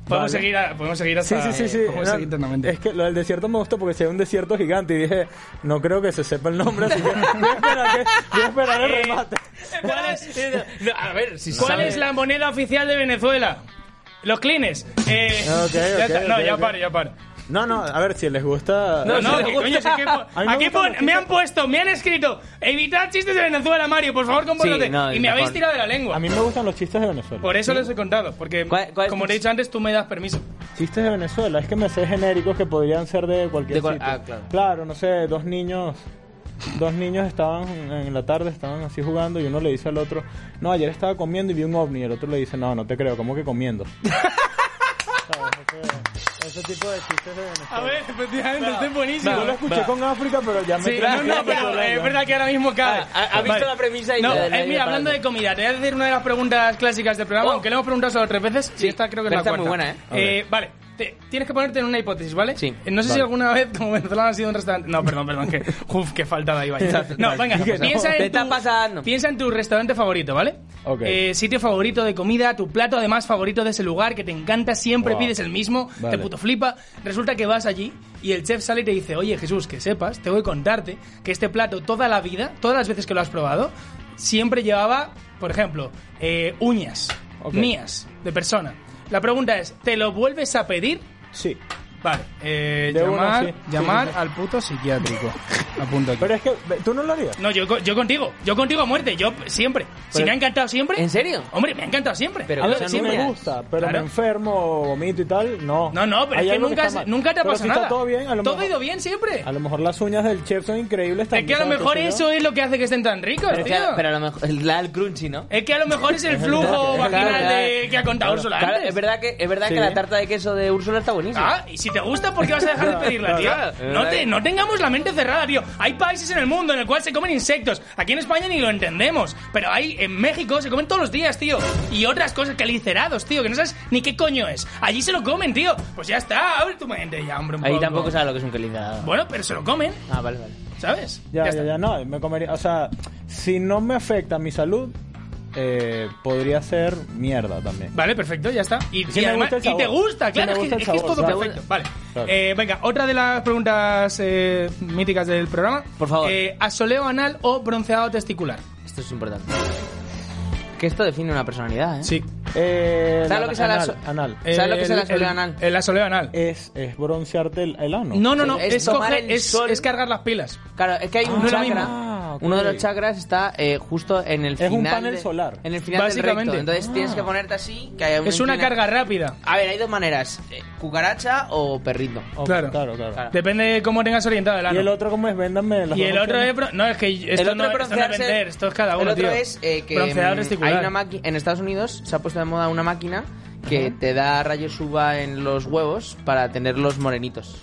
Speaker 2: Podemos,
Speaker 7: Vale.
Speaker 2: seguir, a- podemos seguir
Speaker 7: Sí,
Speaker 2: hasta... eh,
Speaker 7: sí, sí, sí.
Speaker 2: podemos
Speaker 7: No,
Speaker 2: seguir eternamente.
Speaker 7: es que lo del desierto me gustó porque si hay un desierto gigante y dije, no creo que se sepa el nombre, así que voy a esperar, que- voy a esperar el
Speaker 2: Eh,
Speaker 7: remate.
Speaker 2: ¿Cuál es,
Speaker 3: No, a ver, si
Speaker 2: cuál
Speaker 3: sabe-
Speaker 2: es la moneda oficial de Venezuela? Los clines. Eh,
Speaker 7: Ok,
Speaker 2: ya
Speaker 7: ok,
Speaker 2: está- no,
Speaker 7: ok,
Speaker 2: ya
Speaker 7: ok.
Speaker 2: paro, ya paro.
Speaker 7: No, no, a ver si les gusta.
Speaker 2: No,
Speaker 3: No,
Speaker 2: no,
Speaker 3: si
Speaker 2: que
Speaker 3: le gusta.
Speaker 2: coño, si es que po-
Speaker 7: A mí me
Speaker 2: aquí
Speaker 7: gustan
Speaker 2: pon-
Speaker 7: los
Speaker 2: me
Speaker 7: chistes.
Speaker 2: han puesto, me han escrito, evitar chistes de Venezuela, Mario, por favor, compórtate.
Speaker 3: Sí, no,
Speaker 2: y
Speaker 3: es
Speaker 2: me habéis
Speaker 3: mejor.
Speaker 2: tirado de la lengua.
Speaker 7: A mí me gustan los chistes de Venezuela.
Speaker 2: Por eso les he contado, porque
Speaker 3: ¿Cuál- cuál es
Speaker 2: como
Speaker 3: tu
Speaker 2: te he dicho antes, tú me das permiso.
Speaker 7: Chistes de Venezuela, es que me sé genéricos que podrían ser de cualquier
Speaker 3: De cual-
Speaker 7: sitio.
Speaker 3: ah, claro.
Speaker 7: no sé, dos niños. Dos niños estaban en la tarde, estaban así jugando y uno le dice al otro, no, ayer estaba comiendo y vi un ovni y el otro le dice, no, no te creo, ¿cómo que comiendo? ¿Sabes? Ese, ese tipo de chistes de Venezuela.
Speaker 2: A ver, efectivamente, este es buenísimo.
Speaker 7: Yo lo escuché con África, pero ya me...
Speaker 2: Sí,
Speaker 7: creo
Speaker 2: no,
Speaker 7: que
Speaker 2: no,
Speaker 7: era
Speaker 2: claro,
Speaker 7: venezolano.
Speaker 2: es verdad que ahora mismo cabe.
Speaker 3: Ah, ha- ha visto la premisa y
Speaker 2: no,
Speaker 3: ya-
Speaker 2: eh,
Speaker 3: ya- ya
Speaker 2: mira,
Speaker 3: para
Speaker 2: hablando de
Speaker 3: dónde.
Speaker 2: comida, te voy a decir una de las preguntas clásicas del programa,
Speaker 3: Oh.
Speaker 2: aunque le hemos preguntado solo tres veces, y esta creo que es la
Speaker 3: pero está
Speaker 2: cuarta.
Speaker 3: muy buena, ¿eh?
Speaker 2: Eh, Vale, te- tienes que ponerte en una hipótesis, ¿vale?
Speaker 3: Sí.
Speaker 2: Eh, No sé si alguna vez como venezolano has ido a un restaurante... No, perdón, perdón, que... Uf, qué faltada iba. No, venga, piensa
Speaker 3: Te
Speaker 2: en,
Speaker 3: está
Speaker 2: tu,
Speaker 3: pasando.
Speaker 2: piensa en tu restaurante favorito, ¿vale?
Speaker 7: Ok.
Speaker 2: Eh, sitio favorito de comida, tu plato además favorito de ese lugar, que te encanta, siempre
Speaker 7: Wow.
Speaker 2: pides el mismo,
Speaker 7: Vale.
Speaker 2: te puto flipa. Resulta que vas allí y el chef sale y te dice, oye Jesús, que sepas, te voy a contarte que este plato toda la vida, todas las veces que lo has probado, siempre llevaba, por ejemplo, eh, uñas
Speaker 7: Ok.
Speaker 2: mías de persona. La pregunta es, ¿te lo vuelves a pedir?
Speaker 7: Sí.
Speaker 2: Vale, eh,
Speaker 7: De una,
Speaker 2: llamar,
Speaker 7: sí.
Speaker 2: llamar
Speaker 7: Sí, sí, sí.
Speaker 2: al puto psiquiátrico. Apunto aquí.
Speaker 7: Pero es que, ve, ¿tú no lo harías?
Speaker 2: No, yo, co- yo contigo, yo contigo a muerte, yo p- siempre. si
Speaker 3: Pero-
Speaker 2: me ha encantado siempre.
Speaker 3: ¿En serio?
Speaker 2: Hombre, me ha encantado siempre.
Speaker 3: Pero
Speaker 7: a
Speaker 3: que
Speaker 7: ver,
Speaker 3: sean
Speaker 7: sí me
Speaker 3: uñas.
Speaker 7: gusta, pero
Speaker 2: Claro.
Speaker 7: me enfermo, vomito y tal, no.
Speaker 2: No, no, pero
Speaker 7: Hay
Speaker 2: es que
Speaker 7: algo
Speaker 2: nunca,
Speaker 7: está mal.
Speaker 2: nunca te ha
Speaker 7: Pero
Speaker 2: pasado
Speaker 7: si
Speaker 2: nada.
Speaker 7: está todo bien, a lo
Speaker 2: todo ha
Speaker 7: mejor-
Speaker 2: ido bien siempre.
Speaker 7: A lo mejor las uñas del chef son increíbles
Speaker 2: Es
Speaker 7: también.
Speaker 2: que a lo
Speaker 7: ¿sabes?
Speaker 2: mejor
Speaker 7: Qué sé yo.
Speaker 2: eso es lo que hace que estén tan ricos,
Speaker 3: Pero,
Speaker 2: tío.
Speaker 3: claro, pero a lo mejor la el crunchy, ¿no?
Speaker 2: Es que a lo mejor es el flujo
Speaker 3: Claro,
Speaker 2: vaginal
Speaker 3: claro.
Speaker 2: de, que ha contado Úrsula
Speaker 3: Claro,
Speaker 2: antes.
Speaker 3: es verdad que es verdad
Speaker 7: Sí.
Speaker 3: que la tarta de queso de Úrsula está buenísima.
Speaker 2: Ah, y si te gusta, ¿por qué vas a dejar de pedirla, tío?
Speaker 3: Claro, es
Speaker 2: No,
Speaker 3: verdad.
Speaker 2: te- no tengamos la mente cerrada, tío. Hay países en el mundo en el cual se comen insectos. Aquí en España ni lo entendemos. Pero hay en México se comen todos los días, tío. Y otras cosas, calicerados, tío, que no sabes ni qué coño es. Allí se lo comen, tío. Pues ya está, abre tu mente ya, hombre. un
Speaker 3: Ahí
Speaker 2: poco.
Speaker 3: tampoco sabe lo que es un quelizado.
Speaker 2: Bueno, pero se lo comen,
Speaker 3: Ah, vale, vale.
Speaker 2: ¿sabes?
Speaker 7: Ya, ya,
Speaker 2: está.
Speaker 7: ya, no, me comería, o sea, si no me afecta mi salud, eh, podría ser mierda también.
Speaker 2: Vale, perfecto, ya está. Y,
Speaker 7: Si
Speaker 2: y
Speaker 7: me
Speaker 2: además-
Speaker 7: gusta el
Speaker 2: y te
Speaker 7: sabor.
Speaker 2: gusta,
Speaker 7: Si
Speaker 2: claro,
Speaker 7: me
Speaker 2: es, que,
Speaker 7: gusta el
Speaker 2: es que es
Speaker 7: sabor,
Speaker 2: todo
Speaker 7: claro.
Speaker 2: perfecto. Vale.
Speaker 7: Claro.
Speaker 2: Eh, venga, otra de las preguntas eh, míticas del programa.
Speaker 3: Por favor.
Speaker 2: Eh, ¿Asoleo anal o bronceado testicular?
Speaker 3: Esto es importante. Que esto define una personalidad, ¿eh?
Speaker 2: Sí.
Speaker 7: Eh,
Speaker 3: ¿Sabes lo que es el
Speaker 7: anal,
Speaker 3: aso-
Speaker 7: anal.
Speaker 3: ¿Sabes lo que es el asoleo anal? Eh,
Speaker 2: El asoleo anal.
Speaker 7: Es, es broncearte el, el ano.
Speaker 2: no, no, no.
Speaker 3: Es
Speaker 2: Es,
Speaker 3: tomar
Speaker 2: coger-
Speaker 3: el
Speaker 2: es-
Speaker 3: sol.
Speaker 2: es cargar las pilas.
Speaker 3: Claro, es que hay un
Speaker 2: no es lo
Speaker 3: chakra.
Speaker 7: mismo.
Speaker 3: Uno de
Speaker 7: Ah, ok.
Speaker 3: los chakras está eh, justo en el
Speaker 7: un
Speaker 3: final.
Speaker 7: panel
Speaker 3: de-
Speaker 7: solar.
Speaker 3: En el final
Speaker 2: Básicamente.
Speaker 3: del recto. Entonces tienes que ponerte así. Que hay
Speaker 2: Es una carga rápida.
Speaker 3: A ver, hay dos maneras: eh, cucaracha o perrito.
Speaker 7: Ok,
Speaker 2: claro.
Speaker 7: claro, claro.
Speaker 3: Claro.
Speaker 2: Depende de cómo tengas orientado el
Speaker 7: Y
Speaker 2: ano.
Speaker 7: el otro, ¿cómo es? Véndanme las
Speaker 2: Y
Speaker 7: dos
Speaker 2: el otro
Speaker 7: opciones.
Speaker 2: es... bron- No, es que esto,
Speaker 3: el otro
Speaker 2: no, esto no es
Speaker 3: broncearse-
Speaker 2: vender, esto es cada uno,
Speaker 3: El otro
Speaker 2: tío.
Speaker 3: es eh, que
Speaker 2: Bronceador
Speaker 3: mm,
Speaker 2: testicular.
Speaker 3: hay una maqui- en Estados Unidos se ha puesto de moda una máquina que te da rayos uva en los huevos para tenerlos morenitos.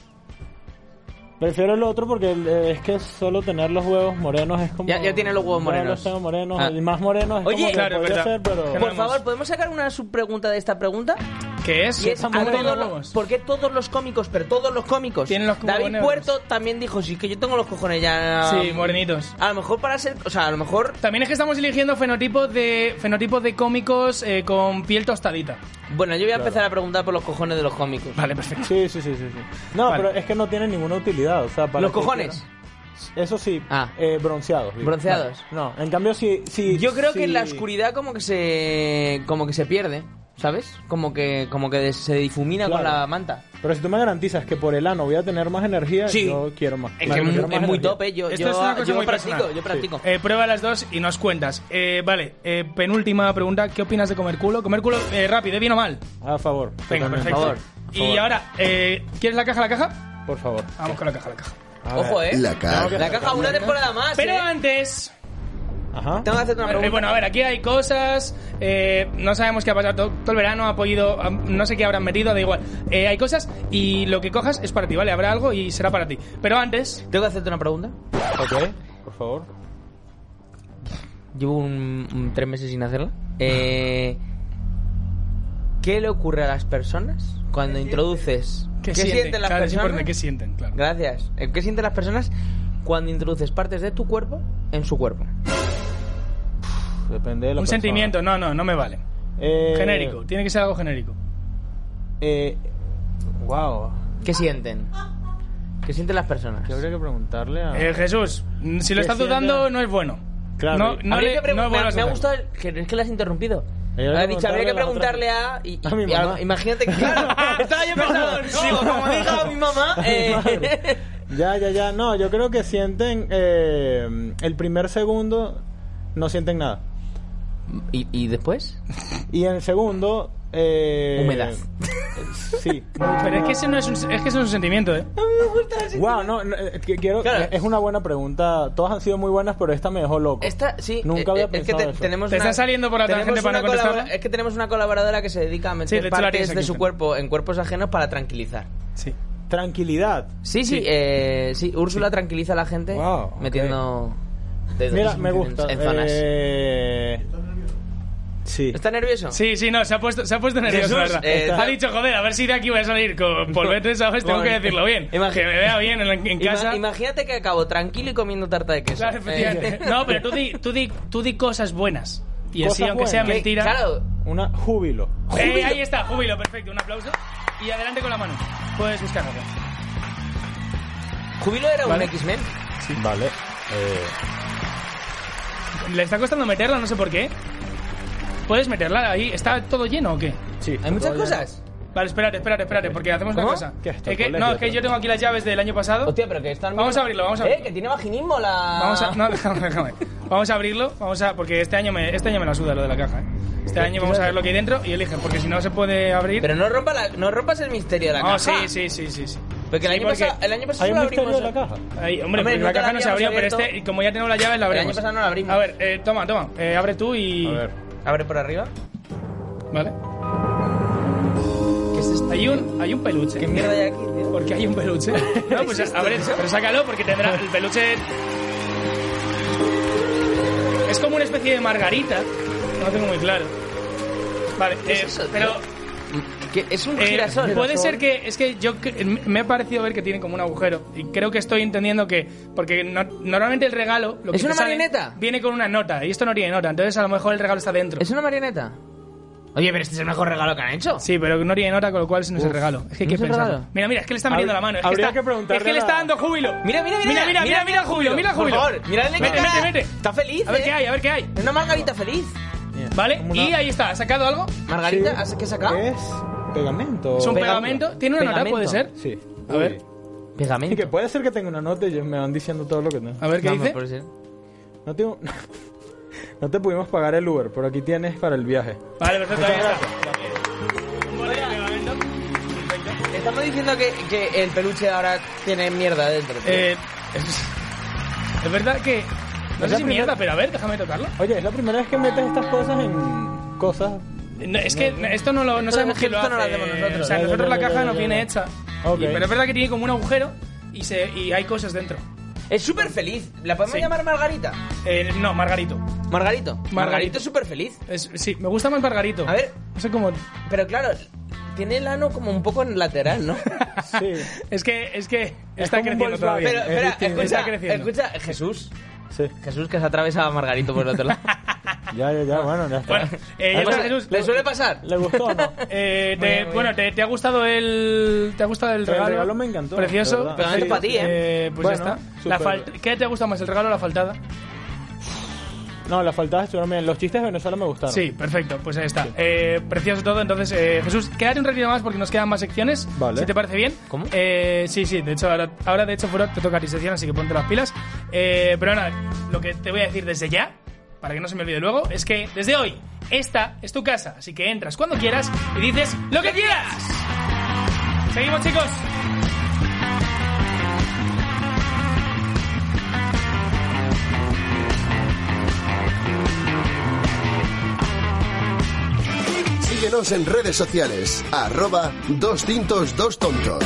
Speaker 7: Prefiero el otro porque el- eh, es que solo tener los huevos morenos es como...
Speaker 3: Ya- ya tiene los huevos
Speaker 7: Ya
Speaker 3: morenos.
Speaker 7: los tengo morenos.
Speaker 3: Ah.
Speaker 7: Y más morenos es
Speaker 3: Oye,
Speaker 7: como que
Speaker 2: claro, es
Speaker 7: podría
Speaker 2: verdad.
Speaker 7: ser, pero...
Speaker 2: Que
Speaker 3: Por
Speaker 2: Tenemos-
Speaker 3: favor, ¿podemos sacar una subpregunta de esta pregunta?
Speaker 2: ¿Qué es?
Speaker 3: Y es,
Speaker 2: ¿A
Speaker 3: ¿a
Speaker 2: todos
Speaker 3: todos
Speaker 2: los
Speaker 3: los-
Speaker 2: huevos?
Speaker 3: ¿Por qué todos los cómicos, pero todos los cómicos?
Speaker 2: Tienen los huevos
Speaker 3: David
Speaker 2: negros.
Speaker 3: Puerto también dijo, sí, que yo tengo los cojones ya...
Speaker 2: Sí, morenitos.
Speaker 3: A lo mejor para ser... O sea, a lo mejor...
Speaker 2: También es que estamos eligiendo fenotipos de fenotipos de cómicos eh, con piel tostadita.
Speaker 3: Bueno, yo voy a empezar a preguntar por los cojones de los cómicos.
Speaker 2: Vale, perfecto.
Speaker 7: Sí, sí, sí, sí. sí. No,
Speaker 2: Vale.
Speaker 7: pero es que no tiene ninguna utilidad. O sea, para
Speaker 3: ¿Los
Speaker 7: que
Speaker 3: cojones?
Speaker 7: quieran- Eso sí,
Speaker 3: Ah.
Speaker 7: eh, bronceados. digo.
Speaker 3: Bronceados.
Speaker 7: Vale. No, en cambio, si. si
Speaker 3: Yo creo que
Speaker 7: si-
Speaker 3: en la oscuridad como que se... Como que se pierde, ¿sabes? Como que, como que se difumina con
Speaker 7: Claro.
Speaker 3: la manta.
Speaker 7: Pero si tú me garantizas que por el ano voy a tener más energía,
Speaker 3: Sí.
Speaker 7: yo quiero más.
Speaker 3: Es,
Speaker 7: Claro,
Speaker 3: que
Speaker 7: quiero
Speaker 3: es
Speaker 7: más
Speaker 3: muy
Speaker 7: energía.
Speaker 3: top, ¿eh? Yo,
Speaker 2: Esto
Speaker 3: yo,
Speaker 2: es una cosa
Speaker 3: yo
Speaker 2: muy
Speaker 3: practico,
Speaker 2: personal.
Speaker 3: yo practico.
Speaker 2: Eh, prueba las dos y nos cuentas. Eh, vale, eh, penúltima pregunta. ¿Qué opinas de comer culo? Comer culo eh, rápido, ¿eh? bien o mal.
Speaker 7: A favor.
Speaker 2: Venga,
Speaker 7: totalmente.
Speaker 2: perfecto.
Speaker 3: favor.
Speaker 2: Y ahora, eh, ¿quieres la caja, la caja?
Speaker 7: Por favor.
Speaker 2: Vamos con la caja, la caja.
Speaker 7: A ver.
Speaker 3: Ojo, ¿eh?
Speaker 1: La caja.
Speaker 3: La caja una temporada más,
Speaker 2: Pero
Speaker 3: ¿eh?
Speaker 2: antes...
Speaker 7: Ajá.
Speaker 3: Tengo que hacerte una
Speaker 2: Eh,
Speaker 3: pregunta.
Speaker 2: bueno, a ver, aquí hay cosas. eh, no sabemos qué ha pasado todo, todo el verano. Ha podido. ha- No sé qué habrán metido, da igual. Eh, hay cosas y lo que cojas es para ti, ¿vale? Habrá algo y será para ti. Pero antes.
Speaker 3: Tengo que hacerte una pregunta.
Speaker 7: Ok, por favor.
Speaker 3: Llevo un, un tres meses sin hacerla. Eh, ¿Qué le ocurre a las personas cuando introduces? ¿Qué, sienten las
Speaker 2: Claro, es
Speaker 3: personas?
Speaker 2: importante, ¿Qué sienten? Claro.
Speaker 3: Gracias. Eh, ¿Qué sienten las personas cuando introduces partes de tu cuerpo en su cuerpo?
Speaker 7: Depende de
Speaker 2: Un
Speaker 7: la persona.
Speaker 2: sentimiento, no, no, no me vale.
Speaker 7: Eh,
Speaker 2: Genérico, tiene que ser algo genérico.
Speaker 7: Eh, wow.
Speaker 3: ¿Qué sienten? ¿Qué sienten las personas?
Speaker 7: Yo habría que preguntarle
Speaker 3: Ah.
Speaker 7: a.
Speaker 2: Eh, Jesús, mm, si lo
Speaker 7: ¿Qué
Speaker 2: estás
Speaker 7: sienten?
Speaker 2: dudando, no es bueno.
Speaker 7: Claro.
Speaker 2: No, no
Speaker 3: Habría
Speaker 2: le-
Speaker 3: que pregun-
Speaker 2: no
Speaker 3: me,
Speaker 2: vuelvas a
Speaker 3: me ha
Speaker 2: hacerlo.
Speaker 3: gustado el- que- es que la has interrumpido.
Speaker 7: Habría que
Speaker 3: Ha dicho, habría que
Speaker 7: preguntarle
Speaker 3: preguntarle a... y-
Speaker 7: a mi
Speaker 3: y
Speaker 7: mamá.
Speaker 3: imagínate que... Claro, estaba yo pensando, digo, como diga mi mamá... eh,
Speaker 7: Ya, ya, ya. No, yo creo que sienten. eh, el primer segundo no sienten nada.
Speaker 3: ¿Y, y después?
Speaker 7: Y en el segundo. Eh,
Speaker 3: Humedad.
Speaker 7: Sí.
Speaker 2: Pero es que ese no es un, es que ese no es un sentimiento, ¿eh?
Speaker 7: Wow, no, no, eh, que quiero,
Speaker 3: Claro.
Speaker 7: es una buena pregunta. Todas han sido muy buenas, pero esta me dejó loco.
Speaker 3: Esta, sí.
Speaker 7: Nunca
Speaker 3: eh,
Speaker 7: había
Speaker 3: eh, es que
Speaker 7: pensado
Speaker 3: te-
Speaker 7: eso.
Speaker 3: tenemos
Speaker 2: Te
Speaker 3: una-
Speaker 2: está saliendo por la
Speaker 3: tenemos
Speaker 2: tangente para
Speaker 3: una
Speaker 2: no
Speaker 3: colabora-
Speaker 2: contestarla.
Speaker 3: Es que tenemos una colaboradora que se dedica a meter
Speaker 2: de hecho la tienes
Speaker 3: partes
Speaker 2: aquí
Speaker 3: de su
Speaker 2: enfrente.
Speaker 3: cuerpo en cuerpos ajenos para tranquilizar.
Speaker 2: Sí.
Speaker 7: Tranquilidad.
Speaker 3: Sí, sí, eh, sí. Úrsula tranquiliza a la gente
Speaker 7: Wow, ok.
Speaker 3: metiendo dedos
Speaker 7: Mira, me
Speaker 3: en-
Speaker 7: gusta.
Speaker 3: en zonas.
Speaker 7: Eh, sí.
Speaker 3: ¿Está nervioso?
Speaker 2: Sí, sí, no, se ha puesto, se ha puesto nervioso, la
Speaker 3: Jesús,
Speaker 2: verdad.
Speaker 3: eh,
Speaker 2: ha dicho, joder, a ver si de aquí voy a salir con polvete, ¿sabes? Tengo
Speaker 3: Con-
Speaker 2: que decirlo bien.
Speaker 3: Imagina-
Speaker 2: Que me vea bien en, en
Speaker 3: Ima-
Speaker 2: casa.
Speaker 3: imagínate que acabo tranquilo y comiendo tarta de queso.
Speaker 2: Claro,
Speaker 3: Eh,
Speaker 2: efectivamente. No, pero tú di, tú di, tú di cosas buenas. Y así,
Speaker 7: Cosas
Speaker 2: aunque sea
Speaker 7: buenas.
Speaker 2: mentira.
Speaker 3: eh, Claro,
Speaker 7: Una júbilo.
Speaker 2: Eh, ahí está, júbilo, perfecto. Un aplauso. Y adelante con la mano. Puedes buscar algo.
Speaker 3: Jubilo era
Speaker 2: Vale.
Speaker 3: un X-Men.
Speaker 7: Vale. Eh,
Speaker 2: Le está costando meterla, no sé por qué. ¿Puedes meterla ahí? ¿Está todo lleno o qué?
Speaker 7: sí.
Speaker 3: Hay muchas
Speaker 7: Todavía no.
Speaker 3: cosas.
Speaker 2: Vale, espérate, espérate, espérate, porque hacemos
Speaker 3: ¿Cómo?
Speaker 2: una cosa.
Speaker 7: ¿Qué es esto,
Speaker 2: Eh, que-
Speaker 7: colegio,
Speaker 2: no, es que yo tengo aquí las llaves del año pasado.
Speaker 3: Hostia, pero que están...
Speaker 2: Vamos a abrirlo, vamos a
Speaker 3: Eh,
Speaker 2: abrirlo.
Speaker 3: que tiene vaginismo la...
Speaker 2: Vamos a, no, déjame, déjame. Vamos a abrirlo, vamos a, porque este año me, este año me la suda lo de la caja. ¿eh? Este año vamos a ver lo que hay dentro y elige, porque si no se puede abrir.
Speaker 3: Pero no, rompa la- no rompas el misterio de la
Speaker 2: Oh,
Speaker 3: caja.
Speaker 2: sí, sí, sí, sí, sí.
Speaker 3: Porque el
Speaker 2: Sí,
Speaker 3: año
Speaker 2: porque-
Speaker 3: pasado, el año pasado
Speaker 7: Hay un
Speaker 3: solo abrimos...
Speaker 7: misterio
Speaker 3: ¿eh?
Speaker 7: en la caja.
Speaker 2: Ay, hombre,
Speaker 3: Hombre,
Speaker 2: porque la
Speaker 3: nunca la
Speaker 2: caja no se
Speaker 3: habíamos
Speaker 2: abrió, pero
Speaker 3: abierto.
Speaker 2: este, como ya tenemos las llaves, la abrimos.
Speaker 3: año pasado no la abrimos.
Speaker 2: A ver, eh, toma, toma, eh, abre tú y.
Speaker 7: A ver.
Speaker 3: Abre por arriba.
Speaker 2: Vale.
Speaker 3: ¿Qué es esto?
Speaker 2: Hay un, hay un peluche.
Speaker 3: ¿Qué mierda hay aquí, tío?
Speaker 2: ¿Por qué hay un peluche? No, pues a ver, pero sácalo porque tendrá el peluche. Es como una especie de margarita. No lo tengo muy claro. Vale, eh,
Speaker 3: eso, tío?
Speaker 2: pero
Speaker 3: ¿Qué- Es un
Speaker 2: Eh,
Speaker 3: girasol.
Speaker 2: Puede ser que. Es que yo. cre- me- Me ha parecido ver que tiene como un agujero. Y creo que estoy entendiendo que. Porque no- normalmente el regalo. Lo que
Speaker 3: ¿Es
Speaker 2: te
Speaker 3: una
Speaker 2: sale
Speaker 3: marioneta?
Speaker 2: Viene con una nota. Y esto no tiene nota. Entonces a lo mejor el regalo está dentro.
Speaker 3: ¿Es una marioneta? Oye, pero este es el mejor regalo que han hecho.
Speaker 2: Sí, pero no tiene nota, con lo cual ese no es el regalo. Es que hay
Speaker 3: ¿no
Speaker 2: que
Speaker 3: es el
Speaker 2: pensarlo.
Speaker 3: regalo?
Speaker 2: Mira, mira, es que le está metiendo
Speaker 7: Habría-
Speaker 2: la mano. Es
Speaker 7: habría
Speaker 2: está-
Speaker 7: que preguntarle
Speaker 2: Es que le
Speaker 7: a-
Speaker 2: está dando júbilo.
Speaker 3: Mira, mira, mira.
Speaker 2: Mira, mira, mira, mira, júbilo, mira, júbilo.
Speaker 3: Por favor, mira la
Speaker 2: Vete,
Speaker 3: cara.
Speaker 2: vete, vete.
Speaker 3: Está feliz,
Speaker 2: A ver
Speaker 3: eh.
Speaker 2: qué hay, a ver qué hay.
Speaker 3: Es una margarita feliz.
Speaker 2: Vale, y ahí está. ¿Ha sacado algo?
Speaker 3: Margarita,
Speaker 7: Sí.
Speaker 3: ¿has- ¿qué has sacado?
Speaker 2: Eh,
Speaker 7: ¿Qué es? Pegamento.
Speaker 2: Es un
Speaker 3: pegamento.
Speaker 2: pegamento. Tiene una nota,
Speaker 3: Pegamento.
Speaker 2: puede ser.
Speaker 7: Sí.
Speaker 2: A ver.
Speaker 7: Y que
Speaker 3: Pegamento.
Speaker 7: puede ser que tenga una nota y ellos me van diciendo todo lo que tengo.
Speaker 2: A ver qué
Speaker 3: No,
Speaker 2: dice.
Speaker 3: no puede ser.
Speaker 7: No, tengo- no te pudimos pagar el Uber, pero aquí tienes para el viaje.
Speaker 2: Vale, perfecto, ahí
Speaker 7: Muchas
Speaker 2: está.
Speaker 7: gracias.
Speaker 2: Un bote de pegamento.
Speaker 3: Estamos diciendo que, que el peluche ahora tiene mierda dentro. tío.
Speaker 2: Eh, es, es verdad que. No sé
Speaker 7: Es la
Speaker 2: si
Speaker 7: primera-
Speaker 2: mierda, pero a ver, déjame tocarlo.
Speaker 7: Oye, es la primera vez que metes estas cosas en cosas.
Speaker 2: No, es que esto no lo no
Speaker 3: Esto
Speaker 2: sabemos
Speaker 3: de
Speaker 2: quién lo hace.
Speaker 3: Egipto no lo hacemos nosotros.
Speaker 2: O sea,
Speaker 7: Ya, ya,
Speaker 2: nosotros la
Speaker 7: ya, ya,
Speaker 2: caja
Speaker 7: ya,
Speaker 2: nos
Speaker 7: ya,
Speaker 2: viene
Speaker 7: ya.
Speaker 2: hecha.
Speaker 7: Ok.
Speaker 2: Y- pero es verdad que tiene como un agujero y, se, y hay cosas dentro.
Speaker 3: Es súper feliz. ¿La podemos
Speaker 2: Sí.
Speaker 3: llamar Margarita?
Speaker 2: Eh, no, Margarito.
Speaker 3: Margarito. Margarito es súper feliz.
Speaker 2: Es- sí, me gusta más Margarito.
Speaker 3: A ver.
Speaker 2: No sé cómo.
Speaker 3: Pero claro, tiene el ano como un poco en lateral, ¿no?
Speaker 7: Sí.
Speaker 2: Es que, es que está
Speaker 7: como un
Speaker 2: creciendo
Speaker 7: Volkswagen.
Speaker 2: todavía.
Speaker 3: Pero,
Speaker 7: es
Speaker 3: espera,
Speaker 7: distinto.
Speaker 2: eh,
Speaker 3: escucha,
Speaker 2: Está creciendo.
Speaker 3: escucha, Jesús.
Speaker 7: Sí.
Speaker 3: Jesús que se atravesa a Margarito por el otro lado.
Speaker 7: Ya, ya, ya. Bueno, ya está.
Speaker 2: Bueno, eh, ya
Speaker 7: Además,
Speaker 2: está, Jesús.
Speaker 3: Ah. ¿Le suele pasar?
Speaker 7: ¿Le gustó o no?
Speaker 2: Eh,
Speaker 3: Muy
Speaker 2: te-
Speaker 3: bien, muy
Speaker 2: bueno,
Speaker 3: bien.
Speaker 2: te, te ha gustado el. ¿Te ha gustado el
Speaker 7: El
Speaker 2: regalo?
Speaker 7: regalo me encantó, de
Speaker 2: Precioso.
Speaker 7: verdad.
Speaker 3: Pegamento para ti, ¿eh?
Speaker 2: Eh, pues
Speaker 7: Bueno,
Speaker 2: ya está. La
Speaker 7: súper.
Speaker 2: fal- ¿Qué te ha gustado más, el regalo o la faltada?
Speaker 7: No, las faltadas estuvieron bien. Los chistes de Venezuela me gustaron.
Speaker 2: Sí, perfecto, pues ahí está. Eh, precioso todo, entonces, eh, Jesús, quédate un ratito más porque nos quedan más secciones.
Speaker 7: Vale.
Speaker 2: Si te parece bien.
Speaker 3: ¿Cómo?
Speaker 2: Eh, sí, sí, de hecho, ahora, ahora, de hecho, fuera te toca a ti sección, así que ponte las pilas. Eh, pero nada, lo que te voy a decir desde ya, para que no se me olvide luego, es que desde hoy, esta es tu casa, así que entras cuando quieras y dices lo que quieras. Seguimos, chicos.
Speaker 1: Síguenos en redes sociales, arroba dos tintos dos tontos.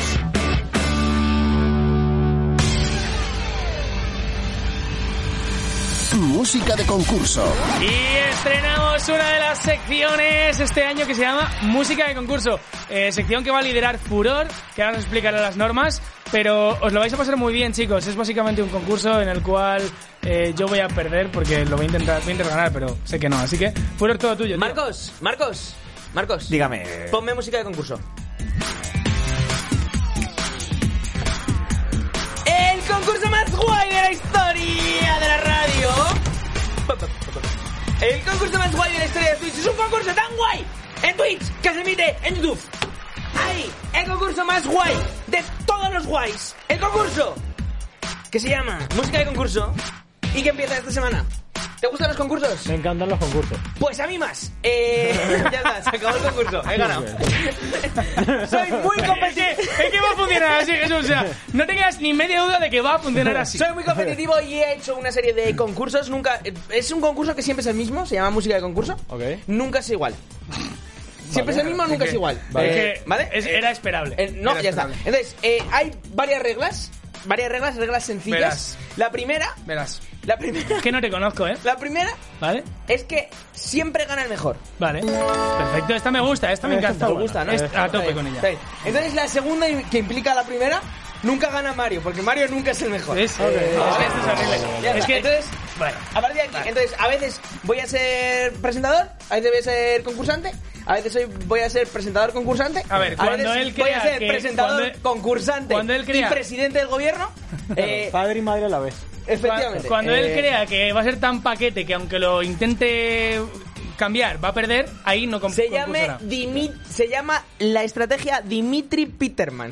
Speaker 1: Música de concurso.
Speaker 2: Y estrenamos una de las secciones este año que se llama Música de Concurso. Eh, sección que va a liderar Furor, que ahora nos explicará las normas, pero os lo vais a pasar muy bien, chicos. Es básicamente un concurso en el cual eh, yo voy a perder porque lo voy a intentar, voy a intentar ganar, pero sé que no. Así que, Furor, todo tuyo. tío.
Speaker 3: Marcos, Marcos, Marcos.
Speaker 4: Dígame.
Speaker 3: Ponme música de concurso. El concurso más guay de la historia de la radio. El concurso más guay de la historia de Twitch es un concurso tan guay en Twitch que se emite en YouTube. Ahí, el concurso más guay de todos los guays. El concurso que se llama Música de concurso y que empieza esta semana. ¿Te gustan los concursos?
Speaker 7: Me encantan los concursos.
Speaker 3: Pues a mí más. Eh, ya está, se acabó el concurso. He ganado. Soy muy competitivo.
Speaker 2: Es que va a funcionar así, Jesús. O sea, no tengas ni media duda de que va a funcionar así.
Speaker 3: Soy muy competitivo y he hecho una serie de concursos. Nunca. eh, Es un concurso que siempre es el mismo, se llama música de concurso.
Speaker 7: Ok.
Speaker 3: Nunca es igual. Siempre es el mismo, nunca es igual.
Speaker 2: Vale.
Speaker 3: Eh, ¿Vale?
Speaker 2: Es- era esperable.
Speaker 3: Eh, no, ya está. Entonces, eh, hay varias reglas. Varias reglas, reglas sencillas.
Speaker 2: Verás.
Speaker 3: La primera.
Speaker 2: Verás.
Speaker 3: La primera.
Speaker 2: Que no te conozco, ¿eh?
Speaker 3: La primera
Speaker 2: ¿Vale?
Speaker 3: es que siempre gana el mejor.
Speaker 2: Vale. Perfecto, esta me gusta, esta me
Speaker 7: Esta
Speaker 2: encanta.
Speaker 7: está
Speaker 3: Eh, Me gusta, ¿no?
Speaker 2: Es-
Speaker 3: Está
Speaker 2: Eh, A tope
Speaker 3: bien,
Speaker 2: con ella.
Speaker 3: está bien. Entonces la segunda que implica la primera, nunca gana Mario, porque Mario nunca es el mejor. Eh,
Speaker 2: Es, es que esto es horrible.
Speaker 3: Ya
Speaker 2: Es
Speaker 3: está.
Speaker 2: que,
Speaker 3: Entonces,
Speaker 2: bueno,
Speaker 3: a partir de aquí, entonces a veces voy a ser presentador, a veces voy a ser concursante, a veces soy- voy a ser presentador concursante.
Speaker 2: A ver, cuando
Speaker 3: veces
Speaker 2: él
Speaker 3: voy a
Speaker 2: crea
Speaker 3: ser
Speaker 2: que-
Speaker 3: presentador
Speaker 2: cuando él-
Speaker 3: concursante
Speaker 2: cuando él
Speaker 3: y
Speaker 2: crea-
Speaker 3: presidente del gobierno. eh,
Speaker 7: Padre y madre a la vez.
Speaker 3: efectivamente.
Speaker 2: cuando él
Speaker 3: Eh,
Speaker 2: crea que va a ser tan paquete que aunque lo intente cambiar va a perder, ahí no com-
Speaker 3: Se, llame
Speaker 2: concursará.
Speaker 3: Dimi- se llama la estrategia Dimitri Peterman,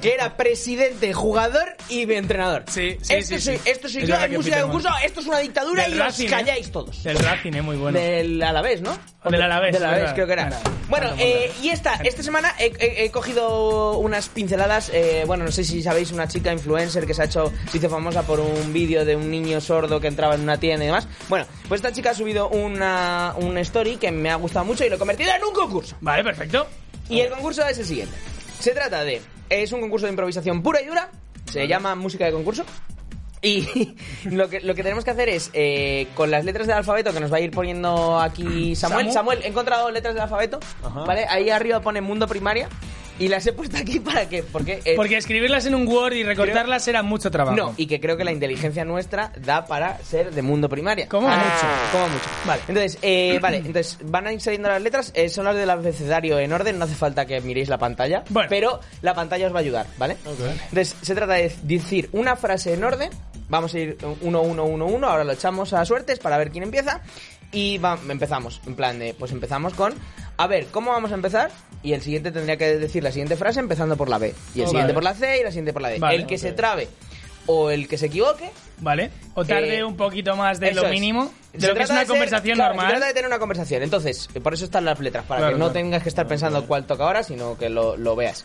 Speaker 3: que era presidente, jugador y entrenador.
Speaker 2: Sí, sí,
Speaker 3: Esto
Speaker 2: sí,
Speaker 3: soy,
Speaker 2: sí.
Speaker 3: Esto soy
Speaker 2: Es
Speaker 3: yo,
Speaker 2: verdad
Speaker 3: hay
Speaker 2: que
Speaker 3: música de
Speaker 2: Peterman.
Speaker 3: concurso, esto es una dictadura
Speaker 2: Del
Speaker 3: y
Speaker 2: Racing, ¿eh?
Speaker 3: os calláis todos.
Speaker 2: Del Racing, es muy bueno.
Speaker 3: Del Alavés, ¿no?
Speaker 2: O del Alavés,
Speaker 3: Del Alavés,
Speaker 2: verdad.
Speaker 3: creo que era.
Speaker 2: Era.
Speaker 3: Bueno,
Speaker 2: Vale,
Speaker 3: eh,
Speaker 2: vale.
Speaker 3: y esta, esta semana he, he- he cogido unas pinceladas. eh, bueno, no sé si sabéis, una chica influencer que se ha hecho, se hizo famosa por un vídeo de un niño sordo que entraba en una tienda y demás. Bueno, pues esta chica ha subido una, una story que me ha gustado mucho y lo he convertido en un concurso.
Speaker 2: Vale, perfecto.
Speaker 3: Y el concurso es el siguiente. Se trata de... Es un concurso de improvisación pura y dura. Se llama música de concurso. Y lo que, lo que tenemos que hacer es, eh, con las letras del alfabeto que nos va a ir poniendo aquí Samuel.
Speaker 2: Samu.
Speaker 3: Samuel, he encontrado letras del alfabeto. ¿Vale? Ahí arriba pone mundo primaria. Y las he puesto aquí para que... Porque... eh,
Speaker 2: Porque escribirlas en un Word y recortarlas era mucho trabajo.
Speaker 3: no, y que creo que la inteligencia nuestra da para ser de mundo primaria. Ah,
Speaker 2: Como mucho,
Speaker 3: Como mucho. Vale. Entonces, eh, vale, entonces van a ir saliendo las letras, eh, son las del abecedario en orden, no hace falta que miréis la pantalla,
Speaker 2: Bueno.
Speaker 3: pero la pantalla os va a ayudar, ¿vale? Entonces, se trata de decir una frase en orden, vamos a ir uno, uno, uno, uno, ahora lo echamos a suertes para ver quién empieza y va- empezamos, en plan de, pues empezamos con, a ver, ¿cómo vamos a empezar? Y el siguiente tendría que decir la siguiente frase empezando por la B, y el
Speaker 2: Oh,
Speaker 3: siguiente
Speaker 2: vale.
Speaker 3: por la C y la siguiente por la D.
Speaker 2: Vale,
Speaker 3: el que se
Speaker 7: ok.
Speaker 3: trabe o el que se equivoque
Speaker 2: Vale. O tarde
Speaker 3: Eh,
Speaker 2: un poquito más de
Speaker 3: eso
Speaker 2: lo
Speaker 3: es.
Speaker 2: mínimo.
Speaker 3: Se
Speaker 2: De lo que es
Speaker 3: trata
Speaker 2: una
Speaker 3: de ser-
Speaker 2: conversación
Speaker 3: claro, Se
Speaker 2: normal.
Speaker 3: trata de tener una conversación. Entonces, por eso están las letras, para
Speaker 2: Claro,
Speaker 3: que no
Speaker 2: claro.
Speaker 3: tengas que estar pensando cuál toca ahora, sino que lo, lo veas.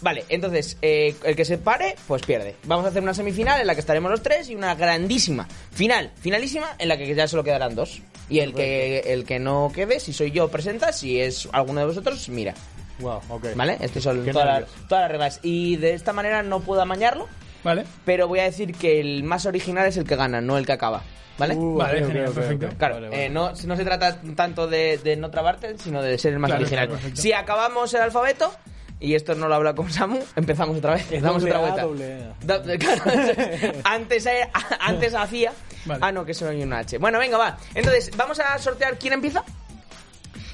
Speaker 3: Vale, entonces, eh, el que se pare, pues pierde. Vamos a hacer una semifinal en la que estaremos los tres y una grandísima final, finalísima, en la que ya solo quedarán dos. Y el que, el que no quede, si soy yo, presenta, si es alguno de vosotros, mira.
Speaker 7: Wow, ok.
Speaker 3: ¿Vale? Estas son
Speaker 7: Qué
Speaker 3: todas las,
Speaker 7: nervios.
Speaker 3: todas las reglas. Y de esta manera no puedo amañarlo,
Speaker 2: Vale.
Speaker 3: pero voy a decir que el más original es el que gana, no el que acaba. ¿Vale?
Speaker 7: Uh,
Speaker 2: Vale,
Speaker 7: ok,
Speaker 2: genial,
Speaker 7: ok,
Speaker 2: perfecto.
Speaker 7: ok.
Speaker 3: Claro,
Speaker 7: Vale, vale.
Speaker 3: eh, no, no se trata tanto de, de no trabarte, sino de ser el más
Speaker 2: Claro,
Speaker 3: original.
Speaker 2: claro, perfecto.
Speaker 3: si acabamos el alfabeto, y esto no lo habla con Samu, empezamos otra vez.
Speaker 7: Es
Speaker 3: damos
Speaker 7: doble
Speaker 3: otra vuelta.
Speaker 7: A, doble A.
Speaker 3: Do- claro, antes, eh, antes hacía.
Speaker 2: Vale.
Speaker 3: Ah, no, que eso no hay una H. Bueno, venga, va. Entonces, vamos a sortear quién empieza.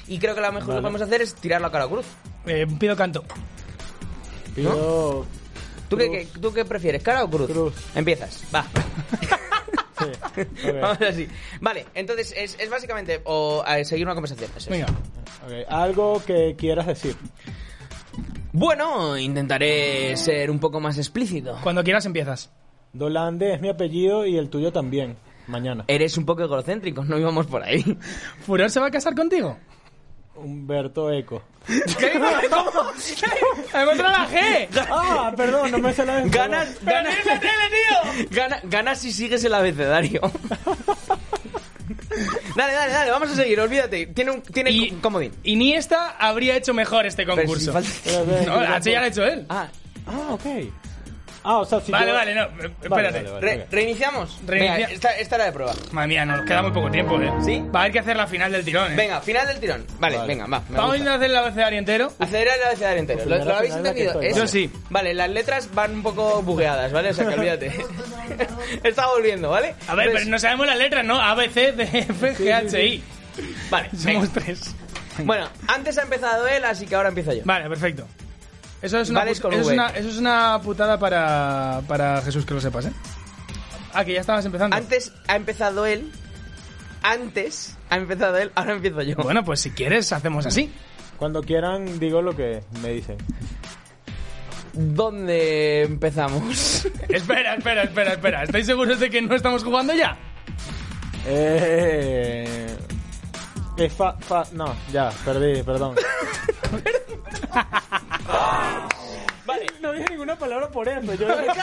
Speaker 3: Y creo que lo mejor que podemos hacer es tirarlo a cara cruz.
Speaker 2: Eh, pido canto.
Speaker 7: Pido-
Speaker 3: ¿Tú qué, qué- ¿Tú qué prefieres, cara o cruz?
Speaker 7: Cruz.
Speaker 3: Empiezas, va.
Speaker 7: Sí.
Speaker 3: Vamos así. Vale, entonces es, es básicamente o, eh, seguir una conversación. eso es.
Speaker 2: Venga.
Speaker 7: Ok, Algo que quieras decir.
Speaker 3: Bueno, intentaré ser un poco más explícito.
Speaker 2: Cuando quieras empiezas.
Speaker 7: Dolande es mi apellido y el tuyo también. Mañana.
Speaker 3: Eres un poco egocéntrico, no íbamos por ahí.
Speaker 2: ¿Furor se va a casar contigo?
Speaker 7: Humberto Eco.
Speaker 3: ¿Qué? ¿Cómo?
Speaker 2: ¡Me encuentro la G!
Speaker 7: Ah, perdón, no me sé la
Speaker 3: Ganas,
Speaker 2: ¡Pero
Speaker 3: ganas,
Speaker 2: tienes la tele, tío!
Speaker 3: gana- ganas si sigues el abecedario. dale, dale, dale, vamos a seguir, olvídate. Tiene un tiene
Speaker 2: Y-
Speaker 3: un comodín.
Speaker 2: Iniesta habría hecho mejor este
Speaker 3: Pero si
Speaker 2: concurso.
Speaker 3: falta-
Speaker 2: No, la H ya lo ha hecho él.
Speaker 3: Ah,
Speaker 7: Ah, ok. Ah, o sea, si
Speaker 2: Vale,
Speaker 7: yo-
Speaker 2: vale, no. eh, Espérate.
Speaker 7: vale, vale.
Speaker 3: re- reiniciamos.
Speaker 2: Reinicia-
Speaker 3: Venga, esta, esta era de prueba.
Speaker 2: Madre mía, nos queda muy poco tiempo, eh.
Speaker 3: ¿Sí?
Speaker 2: Va a haber que hacer la final del tirón, eh.
Speaker 3: Venga, final del tirón. Vale, venga, va.
Speaker 2: Vamos
Speaker 3: me
Speaker 2: a
Speaker 3: gusta.
Speaker 2: intentar hacer el abecedario entero.
Speaker 3: Acelerar el abecedario entero. ¿Lo,
Speaker 7: Primera
Speaker 3: lo habéis
Speaker 7: final en la que
Speaker 3: entendido?
Speaker 7: estoy,
Speaker 3: Eso.
Speaker 2: Yo sí.
Speaker 3: Vale, las letras van un poco bugueadas, ¿vale? O sea que olvídate. Está volviendo, ¿vale?
Speaker 2: A ver, pero no sabemos las letras, ¿no? A, B, C, D, F, G, H, I.
Speaker 3: no... Vale, venga.
Speaker 2: Somos tres.
Speaker 3: Bueno, antes ha empezado él, así que ahora empiezo yo.
Speaker 2: Vale, perfecto. Eso es una,
Speaker 3: Vale, es
Speaker 2: put-
Speaker 3: con
Speaker 2: eso es
Speaker 3: V.
Speaker 2: una, eso es una putada para, para Jesús, que lo sepas, ¿eh? Ah, que ya estabas empezando.
Speaker 3: Antes ha empezado él. Antes ha empezado él, ahora empiezo yo.
Speaker 2: Bueno, pues si quieres, hacemos así.
Speaker 7: Cuando quieran, digo lo que me dicen.
Speaker 3: ¿Dónde empezamos?
Speaker 2: espera, espera, espera, espera. ¿Estáis seguros de que no estamos jugando ya?
Speaker 7: Eh... Es fa, fa... No, ya, perdí, perdón. vale, no dije ninguna palabra por eso. Yo dije,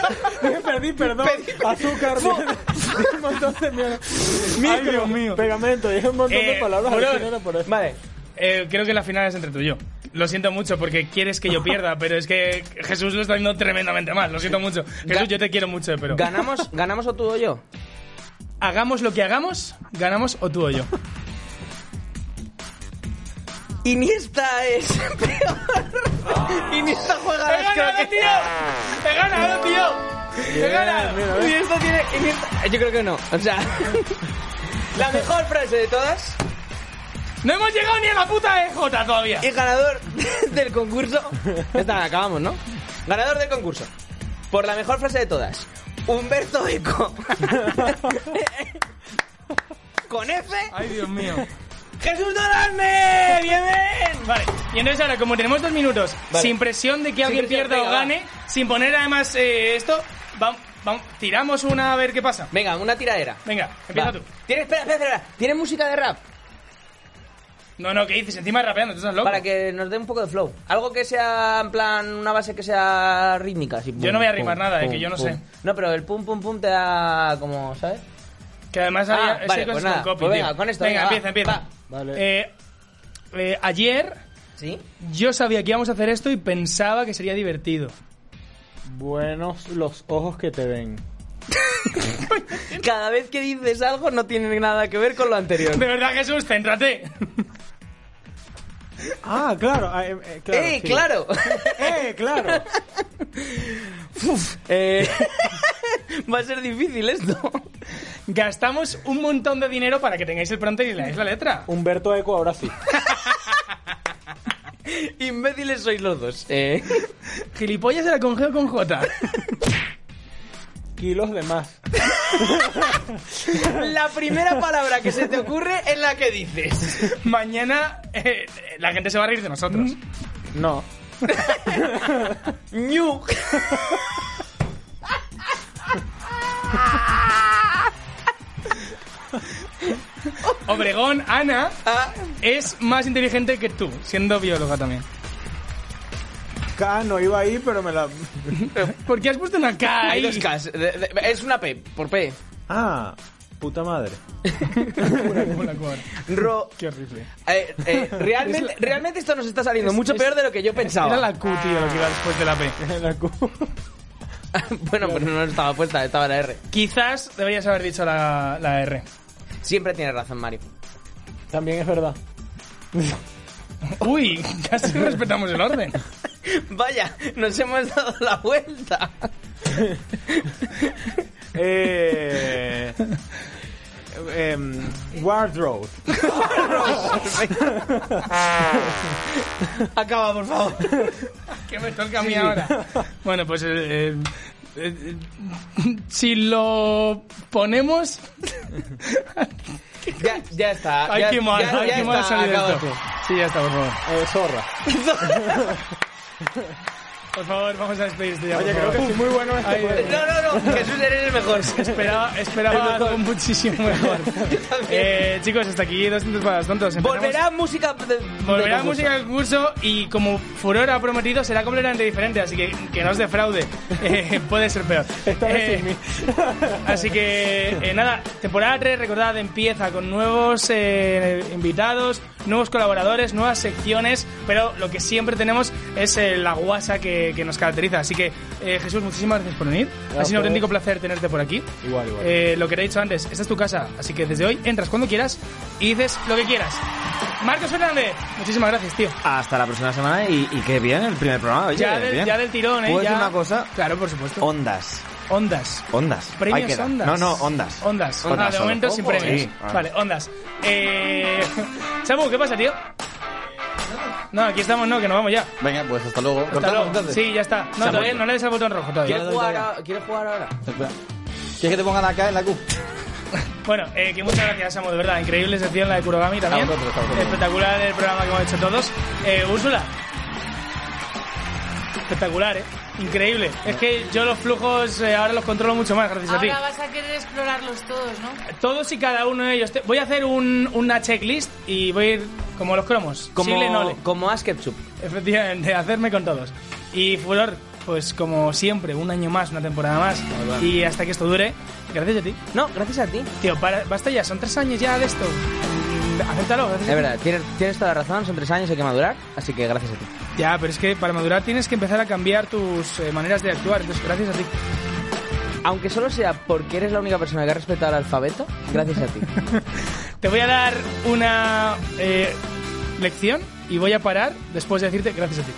Speaker 7: perdí, perdón. Azúcar, dije un montón de mierda. Ay, Dios mío. Pegamento, dije un montón
Speaker 2: Eh,
Speaker 7: de palabras. al
Speaker 2: juro-
Speaker 7: final era por eso.
Speaker 3: Vale.
Speaker 2: Eh, creo que la final es entre tú y yo. Lo siento mucho porque quieres que yo pierda, pero es que Jesús lo está haciendo tremendamente mal. Lo siento mucho. Jesús, yo te quiero mucho, pero.
Speaker 3: ¿Ganamos, ¿Ganamos o tú o yo?
Speaker 2: Hagamos lo que hagamos, ganamos o tú o yo.
Speaker 3: Iniesta es peor. Iniesta juega a las croquetas.
Speaker 2: tío! ¡He ganado, tío! ¡He ganado!
Speaker 3: Iniesta tiene. Iniesta- Yo creo que no. O sea. la mejor frase de todas.
Speaker 2: ¡No hemos llegado ni a la puta EJ todavía!
Speaker 3: Y ganador del concurso. Ya está, acabamos, ¿no? Ganador del concurso. Por la mejor frase de todas. Humberto Eco. Con F.
Speaker 2: ¡Ay, Dios mío!
Speaker 3: Jesús Dolarme. Bien, bien.
Speaker 2: Vale, y entonces ahora, como tenemos dos minutos,
Speaker 3: Vale.
Speaker 2: sin presión de que alguien
Speaker 3: presión,
Speaker 2: pierda o
Speaker 3: venga, va.
Speaker 2: gane, sin poner además eh, esto, vamos, tiramos una a ver qué pasa.
Speaker 3: Venga, una tiradera.
Speaker 2: Venga, empieza
Speaker 3: Va.
Speaker 2: tú.
Speaker 3: Tiene, espera, espera, espera. Tiene música de rap
Speaker 2: No, no, ¿qué dices? Encima rapeando, tú estás loco.
Speaker 3: para que nos dé un poco de flow. Algo que sea en plan una base que sea rítmica. así, pum,
Speaker 2: Yo no voy a
Speaker 3: pum,
Speaker 2: rimar nada, eh,
Speaker 3: pum,
Speaker 2: que yo no
Speaker 3: pum.
Speaker 2: sé.
Speaker 3: No, pero el pum pum pum te da como, ¿sabes?
Speaker 2: Que además
Speaker 3: Ah,
Speaker 2: había ese
Speaker 3: vale,
Speaker 2: cosa
Speaker 3: pues
Speaker 2: con
Speaker 3: nada,
Speaker 2: copy,
Speaker 3: pues venga,
Speaker 2: tío.
Speaker 3: con esto,
Speaker 2: Venga,
Speaker 3: venga,
Speaker 2: empieza,
Speaker 3: va,
Speaker 2: empieza.
Speaker 7: va. Vale.
Speaker 2: Eh, eh, ayer
Speaker 3: ¿Sí?
Speaker 2: yo sabía que íbamos a hacer esto y pensaba que sería divertido.
Speaker 7: Buenos los ojos que te ven.
Speaker 3: Cada vez que dices algo no tiene nada que ver con lo anterior.
Speaker 2: De verdad, Jesús, céntrate.
Speaker 7: Ah, claro. ah, eh, eh, claro
Speaker 3: ¡Eh, claro!
Speaker 7: sí. ¡Eh, claro!
Speaker 3: Eh, Va a ser difícil esto.
Speaker 2: Gastamos un montón de dinero para que tengáis el pronto y leáis la letra.
Speaker 7: Humberto Eco, ahora sí.
Speaker 3: Imbéciles sois los dos. Eh,
Speaker 2: Gilipollas era con G o con J.
Speaker 7: Kilos de más.
Speaker 3: La primera palabra que se te ocurre es la que dices.
Speaker 2: Mañana eh, la gente se va a reír de nosotros.
Speaker 3: Mm.
Speaker 7: No.
Speaker 3: Ñu.
Speaker 2: Obregón, Ana,
Speaker 3: Ah,
Speaker 2: es más inteligente que tú, siendo bióloga también.
Speaker 7: K no iba ahí, pero me la.
Speaker 2: ¿Por qué has puesto una K
Speaker 3: hay
Speaker 2: ahí?
Speaker 3: dos Ks. De- de- Es una P, por P.
Speaker 7: Ah, puta madre.
Speaker 2: Hola, cuadra.
Speaker 3: Ro-
Speaker 2: Qué horrible.
Speaker 3: eh, eh, realmente, realmente esto nos está saliendo mucho peor de lo que yo pensaba.
Speaker 2: Era la Q, tío, lo que iba después de la P.
Speaker 7: La cu-
Speaker 3: bueno, pero no estaba puesta, estaba la R.
Speaker 2: Quizás deberías haber dicho la, la R.
Speaker 3: Siempre tienes razón, Mario.
Speaker 7: También es verdad.
Speaker 2: Uy, casi respetamos el orden.
Speaker 3: Vaya, nos hemos dado la vuelta.
Speaker 7: Eh. em, wardrobe.
Speaker 3: Acaba, por favor.
Speaker 2: ¿Qué me toca a mí ahora? Bueno, pues eh, eh, eh, si lo ponemos...
Speaker 3: Ya, ya está.
Speaker 2: Hay
Speaker 3: ya,
Speaker 2: que mal,
Speaker 3: ya-
Speaker 2: hay
Speaker 3: ya
Speaker 2: que mal
Speaker 3: está,
Speaker 2: salir de
Speaker 3: acabo.
Speaker 2: esto. Sí, ya está, por favor.
Speaker 7: Eh, zorra.
Speaker 2: Por favor, vamos a despedirte ya, por
Speaker 7: Oye, creo que
Speaker 2: favor.
Speaker 7: sí, muy bueno este
Speaker 2: Ay,
Speaker 7: juego.
Speaker 3: No, no, no, Jesús, eres el mejor.
Speaker 2: Esperaba, esperaba algo muchísimo mejor. Eh, chicos, hasta aquí 200 para los tontos. Empezamos-
Speaker 3: Volverá música. de- de
Speaker 2: Volverá
Speaker 3: concurso.
Speaker 2: música del curso y como Furor ha prometido será completamente diferente, así que que no os defraude. Eh, puede ser peor. Eh, así que eh, nada, temporada 3 recordad empieza con nuevos eh, invitados, nuevos colaboradores, nuevas secciones, pero lo que siempre tenemos es eh, la guasa que, que nos caracteriza. Así que eh, Jesús, muchísimas gracias por venir. ha sido un auténtico placer tenerte por aquí.
Speaker 7: Igual, igual.
Speaker 2: Eh, lo que te he dicho antes, esta es tu casa, así que desde hoy entras cuando quieras y dices lo que quieras. Marcos Fernández, muchísimas gracias, tío.
Speaker 4: Hasta la próxima semana y, y qué bien el primer programa. Oye,
Speaker 2: Ya del,
Speaker 4: bien.
Speaker 2: ya del tirón, ¿eh?
Speaker 4: ¿Puedo
Speaker 2: ya...
Speaker 4: decir una cosa?
Speaker 2: Claro, por supuesto.
Speaker 4: Ondas.
Speaker 2: Ondas.
Speaker 4: Ondas. Ahí
Speaker 2: Premios
Speaker 4: queda.
Speaker 2: Ondas.
Speaker 4: No, no, ondas.
Speaker 2: Ondas. Ah,
Speaker 4: Ondas
Speaker 2: de
Speaker 4: solo.
Speaker 2: momento sin
Speaker 4: Ojo.
Speaker 2: premios.
Speaker 4: Sí, ah.
Speaker 2: Vale, ondas. Eh... Samu, ¿qué pasa, tío? No, aquí estamos, no, que nos vamos ya.
Speaker 5: Venga, pues hasta luego.
Speaker 2: Hasta
Speaker 5: ¿Cortamos
Speaker 2: luego.
Speaker 5: entonces?
Speaker 2: Sí, ya está. No, todavía no le des al botón rojo todavía.
Speaker 3: ¿Quieres jugar, a- ¿Quieres jugar ahora?
Speaker 5: Espera. ¿Quieres que te pongan acá en la Q?
Speaker 2: Bueno, eh, que muchas gracias, Samu, de verdad. Increíble sección la de Kurogami también.
Speaker 5: A vosotros, a vosotros.
Speaker 2: Espectacular el programa que hemos hecho todos. Eh, Úrsula. Espectacular, ¿eh? Increíble. Es que yo los flujos eh, ahora los controlo mucho más gracias a ti.
Speaker 6: Ahora vas a querer explorarlos todos, ¿no?
Speaker 2: Todos y cada uno de ellos. Te- Voy a hacer un, una checklist y voy a ir como los cromos.
Speaker 3: Como,
Speaker 2: Sigle nole.
Speaker 3: como Ask Ketchup.
Speaker 2: Efectivamente, hacerme con todos. Y Furor, pues como siempre, un año más, una temporada más. Y hasta que esto dure. Gracias a ti.
Speaker 3: No, gracias a ti.
Speaker 2: Tío, para- basta ya, son tres años ya de esto. Mm, Acéptalo, gracias.
Speaker 3: Es verdad, tienes, tienes toda la razón, son tres años, hay que madurar, así que gracias a ti.
Speaker 2: Ya, pero es que para madurar tienes que empezar a cambiar tus eh, maneras de actuar. Entonces, gracias a ti.
Speaker 3: Aunque solo sea porque eres la única persona que ha respetado el alfabeto, gracias a ti.
Speaker 2: Te voy a dar una eh, lección y voy a parar después de decirte gracias a ti.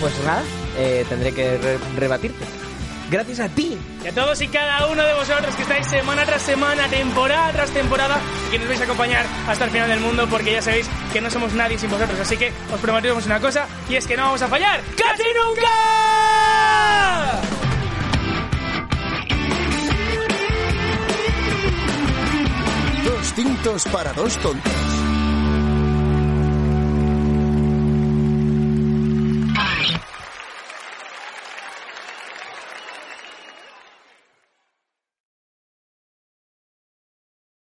Speaker 3: Pues nada, eh, tendré que re- rebatirte. Gracias a ti.
Speaker 2: Y a todos y cada uno de vosotros que estáis semana tras semana, temporada tras temporada, y que nos vais a acompañar hasta el final del mundo, porque ya sabéis que no somos nadie sin vosotros. Así que os prometemos una cosa, y es que no vamos a fallar. ¡Casi nunca!
Speaker 1: Dos tintos para dos tontos.